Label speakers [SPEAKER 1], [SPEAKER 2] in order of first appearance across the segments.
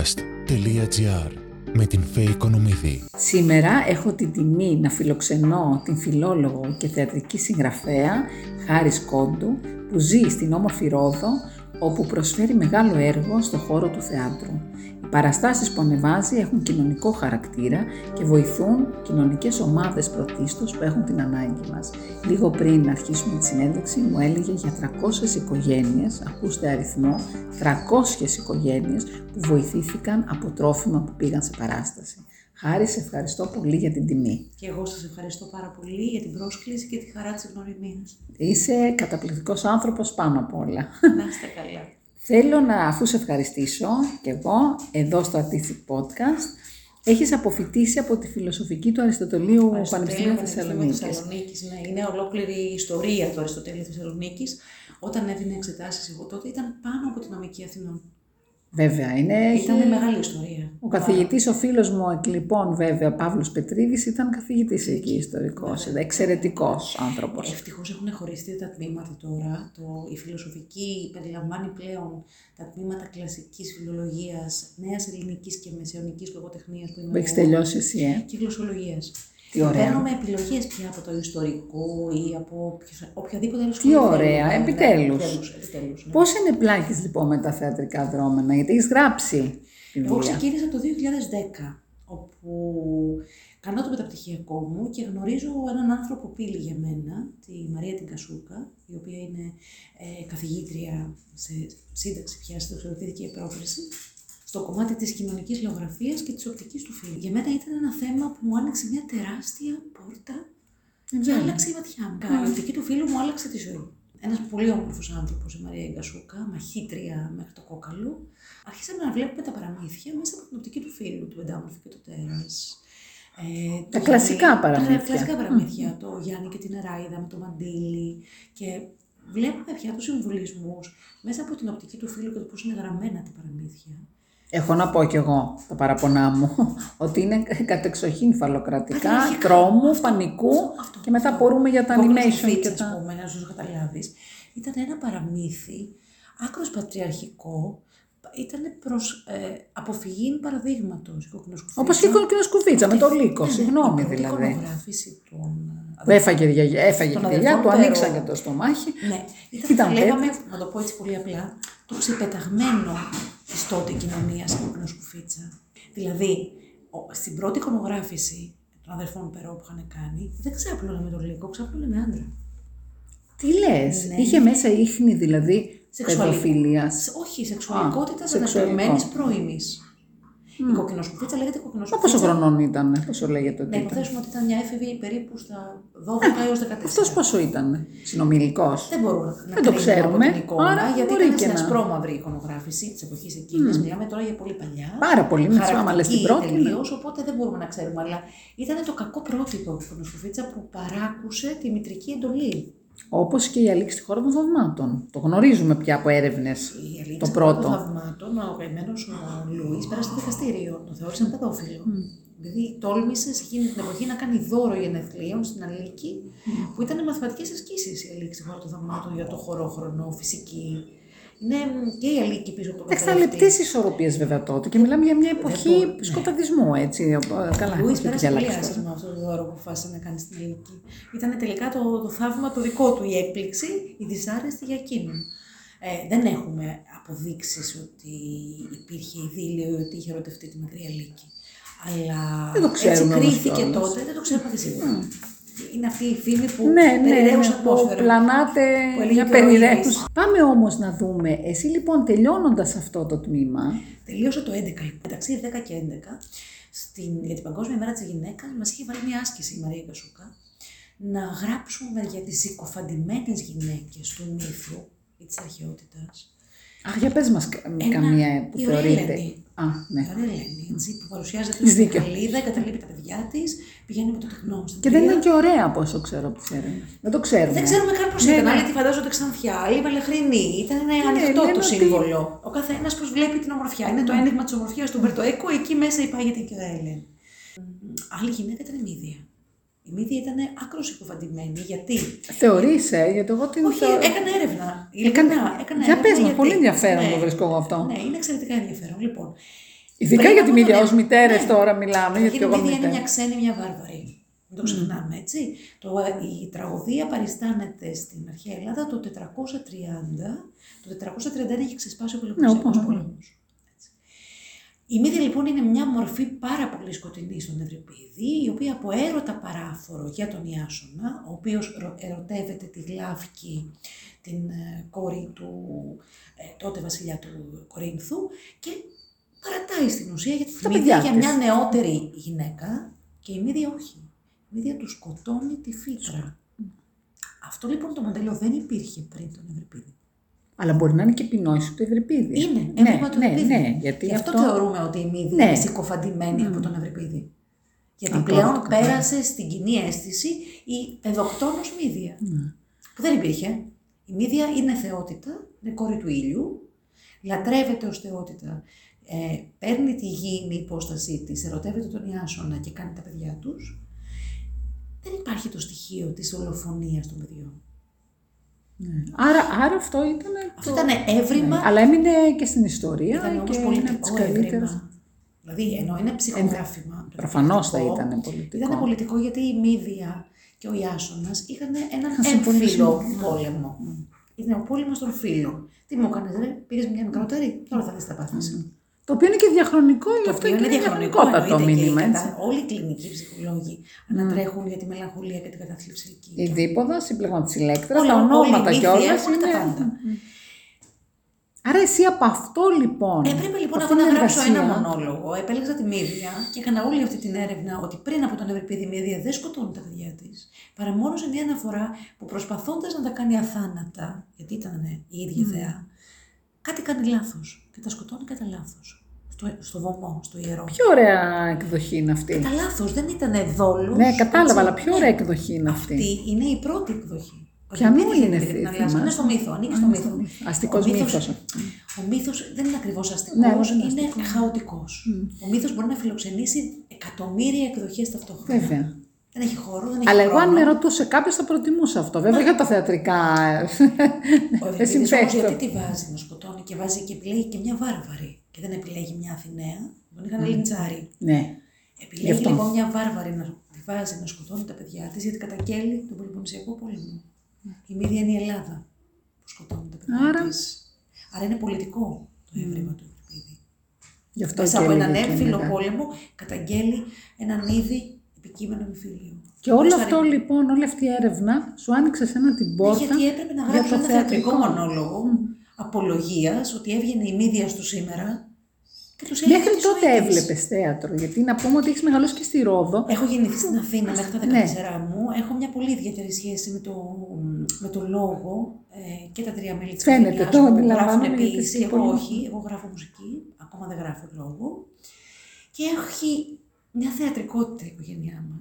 [SPEAKER 1] artisticpodcast.gr με την Φέη Κονομίδη.
[SPEAKER 2] Σήμερα έχω την τιμή να φιλοξενώ την φιλόλογο και θεατρική συγγραφέα Χάρης Κόντου που ζει στην όμορφη Ρόδο όπου προσφέρει μεγάλο έργο στο χώρο του θεάτρου. Οι παραστάσεις που ανεβάζει έχουν κοινωνικό χαρακτήρα και βοηθούν κοινωνικές ομάδες πρωτίστως που έχουν την ανάγκη μας. Λίγο πριν να αρχίσουμε τη συνέντευξη μου έλεγε για 300 οικογένειες, ακούστε αριθμό, 300 οικογένειες που βοηθήθηκαν από τρόφιμα που πήγαν σε παράσταση. Χάρη, σε ευχαριστώ πολύ για την τιμή.
[SPEAKER 3] Και εγώ σας ευχαριστώ πάρα πολύ για την πρόσκληση και τη χαρά της γνωριμίας.
[SPEAKER 2] Είσαι καταπληκτικός άνθρωπος πάνω απ' όλα.
[SPEAKER 3] Να είστε καλά.
[SPEAKER 2] Θέλω να, αφού σε ευχαριστήσω και εγώ, εδώ στο Artistic Podcast, έχεις αποφοιτήσει από τη φιλοσοφική του Αριστοτελείου Πανεπιστημίου Θεσσαλονίκης.
[SPEAKER 3] Θεσσαλονίκης. Ναι, είναι ολόκληρη η ιστορία του Αριστοτέλειου Θεσσαλονίκης. Όταν έδινε εξετάσεις, εγώ τότε ήταν πάνω από την νομική Αθηνών.
[SPEAKER 2] Βέβαια, είναι...
[SPEAKER 3] Ήταν μια μεγάλη ιστορία.
[SPEAKER 2] Ο καθηγητής, ο φίλος μου, εκ λοιπόν, βέβαια, Παύλος Πετρίδης, ήταν καθηγητής εκεί, ιστορικός. Εξαιρετικός άνθρωπος.
[SPEAKER 3] Ευτυχώς έχουν χωριστεί τα τμήματα τώρα. Το, η φιλοσοφική περιλαμβάνει πλέον τα τμήματα κλασικής φιλολογίας, νέας ελληνικής και μεσαιωνικής λογοτεχνίας που
[SPEAKER 2] Που έχεις τελειώσει εσύ, ε.
[SPEAKER 3] και γλωσσολογίας.
[SPEAKER 2] Τι ωραία.
[SPEAKER 3] Παίρνουμε επιλογές πια από το ιστορικό ή από ποιος- οποιαδήποτε άλλο Ναι,
[SPEAKER 2] Τι ωραία, επιτέλους.
[SPEAKER 3] επιτέλους, ναι.
[SPEAKER 2] Πώς ενεπλάκει λοιπόν με τα θεατρικά δρόμενα, γιατί έχεις γράψει. τη
[SPEAKER 3] Εγώ
[SPEAKER 2] δουλειά.
[SPEAKER 3] ξεκίνησα το 2010, όπου κάνω το μεταπτυχιακό μου και γνωρίζω έναν άνθρωπο που πήλη για μένα, τη Μαρία την Κασούκα, η οποία είναι ε, καθηγήτρια σε σύνταξη πια στη δοξιολογική πρόκληση, στο κομμάτι της κοινωνικής λογογραφίας και της οπτικής του φίλου. Για μένα ήταν ένα θέμα που μου άνοιξε μια τεράστια πόρτα και άλλαξε η ματιά
[SPEAKER 2] Ναι.
[SPEAKER 3] μου. Η οπτική του φίλου μου άλλαξε τη ζωή. Ένας πολύ όμορφος άνθρωπος, η Μαρία Ιγκασούκα, μαχήτρια μέχρι το κόκαλο. Αρχίσαμε να βλέπουμε τα παραμύθια μέσα από την οπτική του φίλου, του Πεντάμορφου και του Τέρας. Ε,
[SPEAKER 2] Τα
[SPEAKER 3] το
[SPEAKER 2] κλασικά
[SPEAKER 3] Γιάννη-
[SPEAKER 2] παραμύθια.
[SPEAKER 3] Τα κλασικά παραμύθια. Το Γιάννη και την Εράιδα με το μαντίλι. Και βλέπουμε πια τους συμβολισμού μέσα από την οπτική του φίλου και το πώς είναι γραμμένα τα παραμύθια.
[SPEAKER 2] Έχω να πω κι εγώ τα παραπονά μου ότι είναι κατεξοχήν φαλοκρατικά,
[SPEAKER 3] Κατεξοχήν.
[SPEAKER 2] τρόμου, πανικού και μετά μπορούμε για τα
[SPEAKER 3] Κόκκινος
[SPEAKER 2] animation
[SPEAKER 3] Φίτς,
[SPEAKER 2] και
[SPEAKER 3] ας
[SPEAKER 2] τα.
[SPEAKER 3] πούμε, να σου καταλάβεις. Ήταν ένα παραμύθι, άκρος πατριαρχικό, ήταν προς ε, αποφυγή παραδείγματος.
[SPEAKER 2] Όπως και η κόκκινο σκουφίτσα με το λύκο, συγγνώμη
[SPEAKER 3] Η
[SPEAKER 2] δηλαδή.
[SPEAKER 3] εικονογράφηση των ε,
[SPEAKER 2] Έφαγε η γιαγιά- έφαγε
[SPEAKER 3] Των
[SPEAKER 2] τη γιαγιά,
[SPEAKER 3] αδερφών
[SPEAKER 2] του
[SPEAKER 3] του
[SPEAKER 2] ανοίξαν και
[SPEAKER 3] Ερώ.
[SPEAKER 2] το στομάχι.
[SPEAKER 3] Ναι, ήταν,
[SPEAKER 2] Ήταν
[SPEAKER 3] θα λέγαμε, να το πω έτσι πολύ απλά, το ξεπεταγμένο της τότε κοινωνίας στην σκουφίτσα. Δηλαδή, ο- στην πρώτη εικονογράφηση των αδερφών Περό που είχαν κάνει, δεν ξάπλωνε με τον λύκο, ξάπλωνε με άντρα.
[SPEAKER 2] Τι λες, είχε μέσα ίχνη δηλαδή
[SPEAKER 3] Σεξουαλικό.
[SPEAKER 2] παιδοφιλίας.
[SPEAKER 3] Σε- Όχι, σεξουαλικότητα
[SPEAKER 2] Α,
[SPEAKER 3] αναπτυγμένη
[SPEAKER 2] σεξουαλικό.
[SPEAKER 3] πρώιμης. Η κοκκινοσκουφίτσα λέγεται
[SPEAKER 2] Μα πόσο
[SPEAKER 3] κοκκινοσκουφίτσα.
[SPEAKER 2] χρονών ήταν, πόσο λέγεται ότι
[SPEAKER 3] Να
[SPEAKER 2] ήταν.
[SPEAKER 3] υποθέσουμε ότι ήταν μια έφηβη περίπου στα 12 έω 14.
[SPEAKER 2] Αυτός πόσο ήταν, συνομιλικός.
[SPEAKER 3] Δεν μπορούμε
[SPEAKER 2] το
[SPEAKER 3] να κρίνουμε
[SPEAKER 2] ξέρουμε,
[SPEAKER 3] Από την εικόνα,
[SPEAKER 2] άρα
[SPEAKER 3] γιατί
[SPEAKER 2] μπορεί
[SPEAKER 3] ήταν
[SPEAKER 2] και
[SPEAKER 3] στην
[SPEAKER 2] να-
[SPEAKER 3] ασπρόμαυρη εικονογράφηση της εποχής εκείνης. Μιλάμε τώρα για πολύ παλιά.
[SPEAKER 2] Πάρα πολύ, μην θυμάμαι, αλλά στην πρώτη, ναι.
[SPEAKER 3] Τελείως, οπότε δεν μπορούμε να ξέρουμε. Αλλά ήταν το κακό πρότυπο η κοκκινοσκουφίτσα που παράκουσε τη μητρική εντολή.
[SPEAKER 2] Όπως και η αλήξη του χώρου των θαυμάτων. Το γνωρίζουμε πια από έρευνες.
[SPEAKER 3] Η Ελένη
[SPEAKER 2] Το
[SPEAKER 3] Τσακαλώτου
[SPEAKER 2] πρώτο.
[SPEAKER 3] Θαυμάτων, ο καημένος ο Λουίς πέρασε στο δικαστήριο. Τον θεώρησαν παιδόφιλο. Δηλαδή τόλμησε σε εκείνη την εποχή να κάνει δώρο γενεθλίων στην Αλίκη, που ήταν μαθηματικές ασκήσεις η Αλίκη στη χώρα των θαυμάτων για το χωρόχρονο, φυσική. Είναι μ, και η Αλίκη πίσω από το
[SPEAKER 2] Εντάξει, ήταν λεπτέ ισορροπίες βέβαια τότε και μιλάμε για μια εποχή
[SPEAKER 3] μπορώ, ναι.
[SPEAKER 2] σκοταδισμού, έτσι. ο- ο- Καλά,
[SPEAKER 3] Ο Λουί
[SPEAKER 2] όχι
[SPEAKER 3] πέρασε
[SPEAKER 2] για
[SPEAKER 3] πολύ
[SPEAKER 2] αλλάξει τώρα.
[SPEAKER 3] άσχημα αυτό το δώρο που αποφάσισε να κάνει στην Αλίκη. Ήταν τελικά το, το θαύμα το δικό του, η έκπληξη, η δυσάρεστη για εκείνον. Ε, δεν έχουμε αποδείξεις ότι υπήρχε ειδήλιο ή ότι είχε ερωτευτεί τη μικρή Αλίκη. Αλλά
[SPEAKER 2] Δεν το ξέρουμε
[SPEAKER 3] έτσι
[SPEAKER 2] όμως
[SPEAKER 3] κρίθηκε
[SPEAKER 2] κιόλας. Mm.
[SPEAKER 3] τότε, δεν το ξέρουμε σίγουρα. Είναι αυτή η φήμη που
[SPEAKER 2] Ναι, ναι, ναι,
[SPEAKER 3] περιραίωσε
[SPEAKER 2] που
[SPEAKER 3] ατμόσφαιρα.
[SPEAKER 2] πλανάτε
[SPEAKER 3] Που έλεγε
[SPEAKER 2] για
[SPEAKER 3] και ο Λουίς.
[SPEAKER 2] περιραίους. Πάμε όμως να δούμε, εσύ λοιπόν τελειώνοντας αυτό το τμήμα,
[SPEAKER 3] Τελείωσα το 11, λοιπόν, μεταξύ 10 και 11, στην, για την Παγκόσμια Μέρα της Γυναίκας, μας είχε βάλει μια άσκηση η Μαρία Κασούκα, να γράψουμε για τις συκοφαντημένες γυναίκες του μύθου ή της αρχαιότητας.
[SPEAKER 2] αχ για πες μας κα-
[SPEAKER 3] Ένα,
[SPEAKER 2] καμία που
[SPEAKER 3] η
[SPEAKER 2] θεωρείται.
[SPEAKER 3] Ελένη.
[SPEAKER 2] Α, ναι.
[SPEAKER 3] Ωραία Ελένη, έτσι, που παρουσιάζεται
[SPEAKER 2] Έχεις
[SPEAKER 3] στην
[SPEAKER 2] δίκιο.
[SPEAKER 3] Γαλλίδα, εγκαταλείπει τα παιδιά της, πηγαίνει με το τεχνό στην
[SPEAKER 2] Και δεν
[SPEAKER 3] Τρία.
[SPEAKER 2] είναι και ωραία από όσο ξέρω από τις έρευνες. Δεν το ξέρουμε.
[SPEAKER 3] Δεν ξέρουμε καν πώς
[SPEAKER 2] Ναι,
[SPEAKER 3] ήταν.
[SPEAKER 2] ναι.
[SPEAKER 3] Άλλοι τη φαντάζονται ξανθιά, άλλοι βαλεχρινή. Ήταν ένα ανοιχτό
[SPEAKER 2] λένε
[SPEAKER 3] το
[SPEAKER 2] ότι- Ναι.
[SPEAKER 3] σύμβολο. Ο καθένας πώς βλέπει την ομορφιά. Είναι το ένιγμα της ομορφιάς του Μπερτοέκο, εκεί μέσα υπάγεται και ο Έλεν. Άλλη γυναίκα ήταν η Μύδια. Η Η Μύθια ήταν άκρος υποβαντημένη. Γιατί.
[SPEAKER 2] Θεωρείς, ε, γιατί εγώ την
[SPEAKER 3] Όχι,
[SPEAKER 2] θεω-
[SPEAKER 3] έκανε έρευνα.
[SPEAKER 2] Έκανε-
[SPEAKER 3] Ειλικρινά, έκανε
[SPEAKER 2] Για
[SPEAKER 3] έρευνα,
[SPEAKER 2] πες μας,
[SPEAKER 3] γιατί.
[SPEAKER 2] πολύ ενδιαφέρον το βρίσκω εγώ αυτό.
[SPEAKER 3] Ναι, είναι εξαιρετικά ενδιαφέρον. Λοιπόν,
[SPEAKER 2] Ειδικά
[SPEAKER 3] Πριν
[SPEAKER 2] για τη
[SPEAKER 3] από τον
[SPEAKER 2] Μύδια,
[SPEAKER 3] έ-
[SPEAKER 2] ως μητέρες
[SPEAKER 3] Ναι.
[SPEAKER 2] τώρα μιλάμε, γιατί και
[SPEAKER 3] Καταρχήν,
[SPEAKER 2] εγώ
[SPEAKER 3] η Μύδια είναι μια
[SPEAKER 2] μητέρα.
[SPEAKER 3] ξένη, μια βάρβαρη. Μην το ξεχνάμε, έτσι. Το, η τραγωδία παριστάνεται στην αρχαία Ελλάδα το 430. Το 431 είχε ξεσπάσει ο Πελοποννησιακός
[SPEAKER 2] Ναι, ο-
[SPEAKER 3] πόλεμος. Έτσι. Η Μύδια λοιπόν είναι μια μορφή πάρα πολύ σκοτεινή στον Ευρυπίδη, η οποία από έρωτα παράφορο για τον Ιάσονα, ο οποίος ρω- ερωτεύεται τη Γλάφκη, την ε, κόρη του ε, τότε βασιλιά του Κορίνθου και παρατάει στην ουσία γιατί
[SPEAKER 2] Τα
[SPEAKER 3] μιλάει
[SPEAKER 2] παιδιά
[SPEAKER 3] για
[SPEAKER 2] της.
[SPEAKER 3] μια νεότερη γυναίκα και η Μύδια όχι. Η Μύδια του σκοτώνει τη φύτρα. Αυτό λοιπόν το μοντέλο δεν υπήρχε πριν τον Ευρυπίδη.
[SPEAKER 2] Αλλά μπορεί να είναι και επινόηση του Ευρυπίδη.
[SPEAKER 3] Είναι
[SPEAKER 2] ναι,
[SPEAKER 3] έμβλημα του
[SPEAKER 2] ναι,
[SPEAKER 3] Ευρυπίδη.
[SPEAKER 2] ναι, γιατί
[SPEAKER 3] Γι' αυτό,
[SPEAKER 2] αυτό-
[SPEAKER 3] θεωρούμε ότι η Μύδια
[SPEAKER 2] Ναι.
[SPEAKER 3] είναι συκοφαντημένη από τον Ευρυπίδη. Γιατί
[SPEAKER 2] Αυτό το
[SPEAKER 3] πλέον
[SPEAKER 2] κατάλαβα.
[SPEAKER 3] πέρασε στην κοινή αίσθηση η παιδοκτόνος Μύδια.
[SPEAKER 2] Ναι.
[SPEAKER 3] Που δεν υπήρχε. Η Μύδια είναι θεότητα, είναι κόρη του ήλιου, λατρεύεται ως θεότητα, ε, παίρνει τη γήινη υπόστασή της, ερωτεύεται τον Ιάσονα και κάνει τα παιδιά τους. Δεν υπάρχει το στοιχείο της ολοφονίας των παιδιών.
[SPEAKER 2] Άρα, άρα αυτό ήταν.
[SPEAKER 3] Αυτό ήταν έβριμα,
[SPEAKER 2] Ναι, Αλλά έμεινε και στην ιστορία
[SPEAKER 3] ήταν όμως
[SPEAKER 2] Ε, και είναι από τις
[SPEAKER 3] πολιτικό
[SPEAKER 2] καλύτερες.
[SPEAKER 3] έβριμα. Δηλαδή, ενώ είναι ψυχογράφημα.
[SPEAKER 2] Προφανώ Ε, θα
[SPEAKER 3] πολιτικό,
[SPEAKER 2] ήταν πολιτικό.
[SPEAKER 3] Ήταν πολιτικό γιατί η Μύδια και ο Ιάσονας είχαν έναν
[SPEAKER 2] Είχαν συμφωνήσει.
[SPEAKER 3] έμφυλο πόλεμο. Είναι ο πόλεμος των φίλων. Τι μου έκανες, ρε, πήρες μια μικρότερη, τώρα θα δεις τα πάθη. σου.
[SPEAKER 2] Το οποίο είναι και διαχρονικό, γι'
[SPEAKER 3] Το
[SPEAKER 2] Mm. αυτό
[SPEAKER 3] οποίο
[SPEAKER 2] και
[SPEAKER 3] είναι διαχρονικό.
[SPEAKER 2] διαχρονικότατο
[SPEAKER 3] εννοείται, και
[SPEAKER 2] μήνυμα.
[SPEAKER 3] η
[SPEAKER 2] Έτσι. Mm.
[SPEAKER 3] κατα- Όλοι οι κλινικοί ψυχολόγοι ανατρέχουν για τη μελαγχολία και την κατάθλιψη εκεί.
[SPEAKER 2] Η Δίποδα, η πλέγμα τη Ηλέκτρα,
[SPEAKER 3] Όλα-
[SPEAKER 2] τα
[SPEAKER 3] όλοι
[SPEAKER 2] ονόματα
[SPEAKER 3] οι
[SPEAKER 2] κιόλα.
[SPEAKER 3] μύθοι έχουν τα πάντα.
[SPEAKER 2] Άρα εσύ από αυτό λοιπόν.
[SPEAKER 3] Έπρεπε λοιπόν
[SPEAKER 2] αυτή
[SPEAKER 3] αυτό να
[SPEAKER 2] την
[SPEAKER 3] γράψω
[SPEAKER 2] εργασία-
[SPEAKER 3] ένα μονόλογο. Επέλεξα τη Μύδια και έκανα όλη αυτή την έρευνα ότι πριν από τον Ευρυπίδη η Μύδια δεν σκοτώνει τα παιδιά της, παρά μόνο σε μια αναφορά που προσπαθώντας να τα κάνει αθάνατα, γιατί ήταν η ίδια θεά, κάτι κάνει λάθος και τα σκοτώνει κατά λάθος. Στο, στο βωμό, στο ιερό.
[SPEAKER 2] Πιο ωραία εκδοχή είναι αυτή.
[SPEAKER 3] Κατά λάθος, δεν ήταν δόλους.
[SPEAKER 2] Ναι, κατάλαβα, αλλά πιο ωραία εκδοχή είναι αυτή.
[SPEAKER 3] Αυτή είναι η πρώτη εκδοχή.
[SPEAKER 2] Ποια
[SPEAKER 3] Όχι,
[SPEAKER 2] μου
[SPEAKER 3] δεν
[SPEAKER 2] είναι
[SPEAKER 3] την
[SPEAKER 2] αυτή,
[SPEAKER 3] αλλάζω.
[SPEAKER 2] θυμάσαι.
[SPEAKER 3] Είναι στο μύθο, ανήκει στο μύθο.
[SPEAKER 2] Αστικός
[SPEAKER 3] Ο μύθος-
[SPEAKER 2] μύθος.
[SPEAKER 3] Ο μύθος δεν είναι ακριβώς αστικός,
[SPEAKER 2] Ναι, δεν είναι
[SPEAKER 3] είναι
[SPEAKER 2] αστικός.
[SPEAKER 3] χαοτικός. Ο μύθος μπορεί να φιλοξενήσει εκατομμύρια εκδοχές ταυτόχρονα.
[SPEAKER 2] Βέβαια.
[SPEAKER 3] Δεν έχει χώρο, δεν έχει
[SPEAKER 2] Αλλά εγώ αν
[SPEAKER 3] χρόνο.
[SPEAKER 2] με ρωτούσε κάποιος θα προτιμούσα αυτό. Βέβαια για τα θεατρικά.
[SPEAKER 3] Ο
[SPEAKER 2] Δεν
[SPEAKER 3] Ευρυπίδης όμως
[SPEAKER 2] συμπέστο.
[SPEAKER 3] γιατί τη βάζει να σκοτώνει και βάζει και επιλέγει και μια βάρβαρη. Και δεν επιλέγει μια Αθηναία, τον είχαν λιντζάρι.
[SPEAKER 2] Ναι. Γι'
[SPEAKER 3] Επιλέγει
[SPEAKER 2] αυτός.
[SPEAKER 3] λοιπόν μια βάρβαρη να τη βάζει να σκοτώνει τα παιδιά της γιατί καταγγέλει τον Πολυπονισιακό πόλεμο. Η Μύδια είναι η Ελλάδα που σκοτώνει τα παιδιά
[SPEAKER 2] Άρα.
[SPEAKER 3] της. Άρα είναι πολιτικό το έβριμα του Ευρυπίδη.
[SPEAKER 2] Γι' αυτό
[SPEAKER 3] Μέσα
[SPEAKER 2] και
[SPEAKER 3] Ε, από έναν
[SPEAKER 2] έλεγε και
[SPEAKER 3] έμφυλο
[SPEAKER 2] μετά.
[SPEAKER 3] πόλεμο καταγγέλει έναν ήδη επικείμενο εμφύλιο. «Ναι,
[SPEAKER 2] Και όλο
[SPEAKER 3] Χωρίς
[SPEAKER 2] αυτό
[SPEAKER 3] αρνη-
[SPEAKER 2] λοιπόν, όλη αυτή η έρευνα σου άνοιξε σε ένα την πόρτα.
[SPEAKER 3] Ναι, γιατί έπρεπε να
[SPEAKER 2] για
[SPEAKER 3] γράψω
[SPEAKER 2] το
[SPEAKER 3] ένα θεατρικό
[SPEAKER 2] θεατρικό.
[SPEAKER 3] μονόλογο απολογίας ότι έβγαινε η μύδια του σήμερα και τους έλεγε.
[SPEAKER 2] Μέχρι
[SPEAKER 3] τη ζωή
[SPEAKER 2] τότε
[SPEAKER 3] της.
[SPEAKER 2] έβλεπες θέατρο. Γιατί να πούμε ότι έχεις μεγαλώσει και στη Ρόδο.
[SPEAKER 3] Έχω γεννηθεί στην Αθήνα μέχρι τα 14
[SPEAKER 2] Ναι.
[SPEAKER 3] μου. Έχω μια πολύ ιδιαίτερη σχέση με το, με το λόγο ε, και τα τρία μέλη της
[SPEAKER 2] Φαίνεται, το
[SPEAKER 3] Γράφουν
[SPEAKER 2] αντιλαμβάνομαι, γιατί
[SPEAKER 3] ποιήση.
[SPEAKER 2] είσαι
[SPEAKER 3] Εγώ
[SPEAKER 2] πολύ-
[SPEAKER 3] όχι. Εγώ γράφω μουσική. Ακόμα δεν γράφω λόγο. Και έχει μια θεατρικότητα η οικογένειά μας.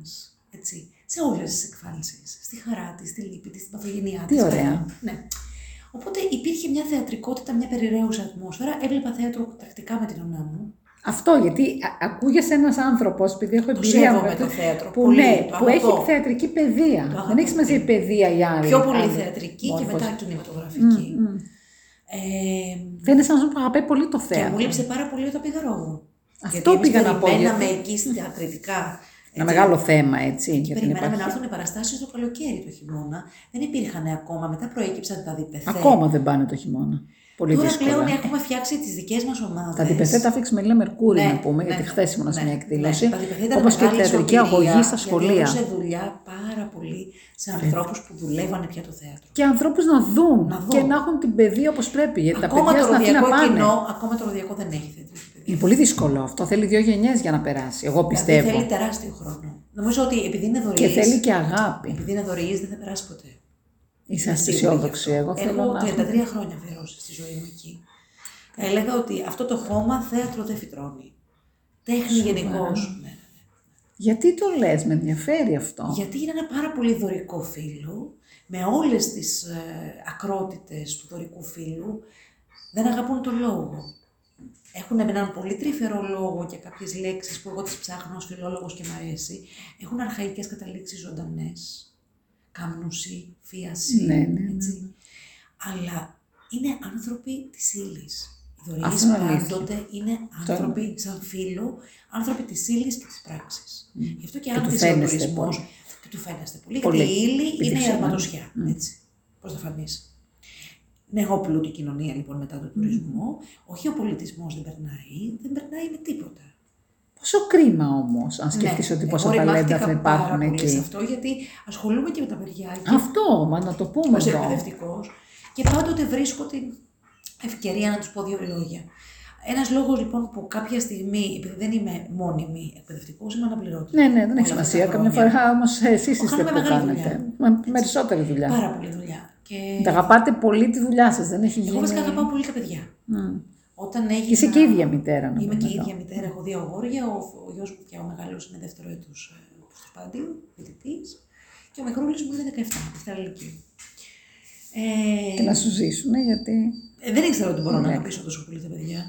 [SPEAKER 3] Έτσι. Σε όλες τις εκφάνσεις. Στη χαρά της, στη λύπη της, στην παθογένειά
[SPEAKER 2] Τι
[SPEAKER 3] της,
[SPEAKER 2] ωραία.
[SPEAKER 3] βέβαια. Ναι. Οπότε υπήρχε μια θεατρικότητα, μια περιραίουσα ατμόσφαιρα. Έβλεπα θέατρο τακτικά με την ονά μου.
[SPEAKER 2] Αυτό γιατί α- ακούγεσαι ένας άνθρωπος, επειδή έχω
[SPEAKER 3] Το
[SPEAKER 2] εμπειρία
[SPEAKER 3] σέβομαι
[SPEAKER 2] με
[SPEAKER 3] το
[SPEAKER 2] το-
[SPEAKER 3] θέατρο.
[SPEAKER 2] Που,
[SPEAKER 3] πολύ,
[SPEAKER 2] ναι,
[SPEAKER 3] το
[SPEAKER 2] που έχει
[SPEAKER 3] αγαπώ.
[SPEAKER 2] θεατρική παιδεία. Δεν
[SPEAKER 3] αγαπώ. ναι.
[SPEAKER 2] έχει σημασία η παιδεία ή άλλη.
[SPEAKER 3] Πιο πολύ
[SPEAKER 2] άλλη
[SPEAKER 3] θεατρική και
[SPEAKER 2] μόρφωση.
[SPEAKER 3] μετά κινηματογραφική.
[SPEAKER 2] Μμμ.
[SPEAKER 3] Ε,
[SPEAKER 2] Φαίνεται σαν να αγαπάει πολύ το
[SPEAKER 3] και
[SPEAKER 2] θέατρο.
[SPEAKER 3] μου λείψε πάρα πολύ όταν πήγα ρόγο.
[SPEAKER 2] Αυτό πήγα να πω,
[SPEAKER 3] Περιμέναμε
[SPEAKER 2] γιατί-
[SPEAKER 3] εκεί στα ακριτικά.
[SPEAKER 2] Ένα μεγάλο θέμα έτσι. για την
[SPEAKER 3] Περιμέναμε να
[SPEAKER 2] επαρχία.
[SPEAKER 3] έρθουν οι παραστάσεις το καλοκαίρι, το χειμώνα. Δεν υπήρχαν ακόμα. Μετά προέκυψαν τα διπεθέ.
[SPEAKER 2] Ακόμα δεν πάνε το χειμώνα. Πολύ
[SPEAKER 3] Τώρα
[SPEAKER 2] δύσκολα.
[SPEAKER 3] πλέον έχουμε φτιάξει τις δικές μας ομάδες.
[SPEAKER 2] Τα διπεθέτα αφήξαμε Μελία Μερκούρη
[SPEAKER 3] Ναι,
[SPEAKER 2] να πούμε,
[SPEAKER 3] ναι,
[SPEAKER 2] γιατί χθες ήμουν σε
[SPEAKER 3] ναι,
[SPEAKER 2] μια εκδήλωση.
[SPEAKER 3] ναι. Τα διπεθέτα ήταν
[SPEAKER 2] Όπως και η
[SPEAKER 3] μεγάλη
[SPEAKER 2] θεατρική
[SPEAKER 3] σωτηρία,
[SPEAKER 2] αγωγή στα
[SPEAKER 3] Γιατί
[SPEAKER 2] σχολεία.
[SPEAKER 3] έδωσε δουλειά πάρα πολύ σε ανθρώπους που δουλεύανε πια το θέατρο.
[SPEAKER 2] Και ανθρώπους να δουν,
[SPEAKER 3] Να δουν.
[SPEAKER 2] και να έχουν την παιδεία όπως πρέπει. Γιατί τα
[SPEAKER 3] Ακόμα
[SPEAKER 2] παιδιά
[SPEAKER 3] το
[SPEAKER 2] στην Αθήνα
[SPEAKER 3] ροδιακό
[SPEAKER 2] πάνε.
[SPEAKER 3] κοινό, ακόμα το ροδιακό δεν έχει Δηλαδή, θεατρική παιδεία.
[SPEAKER 2] Είναι πολύ δύσκολο αυτό. Θέλει δύο γενιές για να περάσει. Εγώ
[SPEAKER 3] Δηλαδή
[SPEAKER 2] πιστεύω.
[SPEAKER 3] θέλει τεράστιο χρόνο. Νομίζω ότι επειδή είναι
[SPEAKER 2] Και
[SPEAKER 3] δωρεής,
[SPEAKER 2] θέλει και αγάπη.
[SPEAKER 3] επειδή είναι δωρεής δεν θα περάσει ποτέ.
[SPEAKER 2] Είσαι
[SPEAKER 3] Σίγουρα
[SPEAKER 2] αισιόδοξη.
[SPEAKER 3] γι'
[SPEAKER 2] Εγώ
[SPEAKER 3] αυτό.
[SPEAKER 2] θέλω
[SPEAKER 3] Έχω
[SPEAKER 2] να.
[SPEAKER 3] 33 χρόνια αφιερώσει στη ζωή μου εκεί. Έλεγα ότι αυτό το χώμα θέατρο δεν φυτρώνει. Τέχνη ναι. γενικώ.
[SPEAKER 2] Γιατί το λες, με ενδιαφέρει αυτό.
[SPEAKER 3] Γιατί είναι ένα πάρα πολύ δωρικό φύλλο, με όλες τις ε, ακρότητες του δωρικού φύλλου, δεν αγαπούν τον λόγο. έχουν έναν πολύ τρυφερό λόγο και κάποιες λέξεις που εγώ τις ψάχνω ως φιλόλογος και μ' αρέσει, έχουν αρχαϊκές καταλήξεις ζωντανές, κάμνουση, φίαση,
[SPEAKER 2] Ναι, ναι, ναι,
[SPEAKER 3] έτσι. Αλλά είναι άνθρωποι της ύλης. Οι δωρεείς
[SPEAKER 2] Αυτό είναι αλήθεια.
[SPEAKER 3] πάντοτε είναι άνθρωποι σαν φίλο, άνθρωποι της ύλης και της πράξης. Γι' αυτό και
[SPEAKER 2] Και του
[SPEAKER 3] άρχισε ο
[SPEAKER 2] φαίνεστε
[SPEAKER 3] τουρισμός
[SPEAKER 2] πολύ.
[SPEAKER 3] και του φαίνεστε πολύ,
[SPEAKER 2] Πολύ.
[SPEAKER 3] γιατί η ύλη είναι η
[SPEAKER 2] Επιτυχημένα.
[SPEAKER 3] αρματοσιά,
[SPEAKER 2] Μμ.
[SPEAKER 3] έτσι, πώς το φανείς. Είναι εγώ πλούτη κοινωνία λοιπόν μετά τον τουρισμό, όχι ο πολιτισμός δεν περνάει, δεν περνάει με τίποτα.
[SPEAKER 2] Πόσο κρίμα όμως, αν σκεφτείς ότι
[SPEAKER 3] Ναι. εγώ
[SPEAKER 2] πόσα ταλέντα
[SPEAKER 3] ρημάστηκα
[SPEAKER 2] θα
[SPEAKER 3] πάρα
[SPEAKER 2] υπάρχουν
[SPEAKER 3] πολύ σε
[SPEAKER 2] εκεί.
[SPEAKER 3] αυτό, γιατί ασχολούμαι και με τα παιδιά και
[SPEAKER 2] Αυτό, μα να το πούμε
[SPEAKER 3] ως
[SPEAKER 2] εδώ.
[SPEAKER 3] εκπαιδευτικός και πάντοτε βρίσκω την ευκαιρία να τους πω δύο λόγια. Ένας λόγος λοιπόν που κάποια στιγμή, επειδή δεν είμαι μόνιμη εκπαιδευτικός, είμαι αναπληρώτη.
[SPEAKER 2] Ναι, ναι, δεν έχει σημασία. Καμιά φορά όμως εσείς είστε
[SPEAKER 3] Κάνουμε
[SPEAKER 2] που
[SPEAKER 3] μεγάλη
[SPEAKER 2] κάνετε.
[SPEAKER 3] δουλειά.
[SPEAKER 2] Μα, περισσότερη δουλειά.
[SPEAKER 3] Πάρα πολύ δουλειά. Και
[SPEAKER 2] Τα αγαπάτε πολύ τη δουλειά σας, δεν έχει γίνει.
[SPEAKER 3] εγώ βασικά αγαπάω πολύ τα παιδιά.
[SPEAKER 2] Μμμ.
[SPEAKER 3] Όταν έγινα...
[SPEAKER 2] Και Ναι. είσαι και ίδια μητέρα. να
[SPEAKER 3] Είμαι
[SPEAKER 2] πούμε
[SPEAKER 3] και η
[SPEAKER 2] εδώ.
[SPEAKER 3] ίδια μητέρα, έχω δύο αγόρια. Ο, ο γιος μου πια ο μεγάλος είναι δεύτερο ε, έτου Παντίου, φοιτητής. Και ο μικρούλη μου είναι 17, δεύτερα ηλικία. Ε,
[SPEAKER 2] Και να σου ζήσουν, γιατί.
[SPEAKER 3] ε, δεν ήξερα ότι μπορώ να
[SPEAKER 2] Ναι.
[SPEAKER 3] αγαπήσω τόσο πολύ τα παιδιά.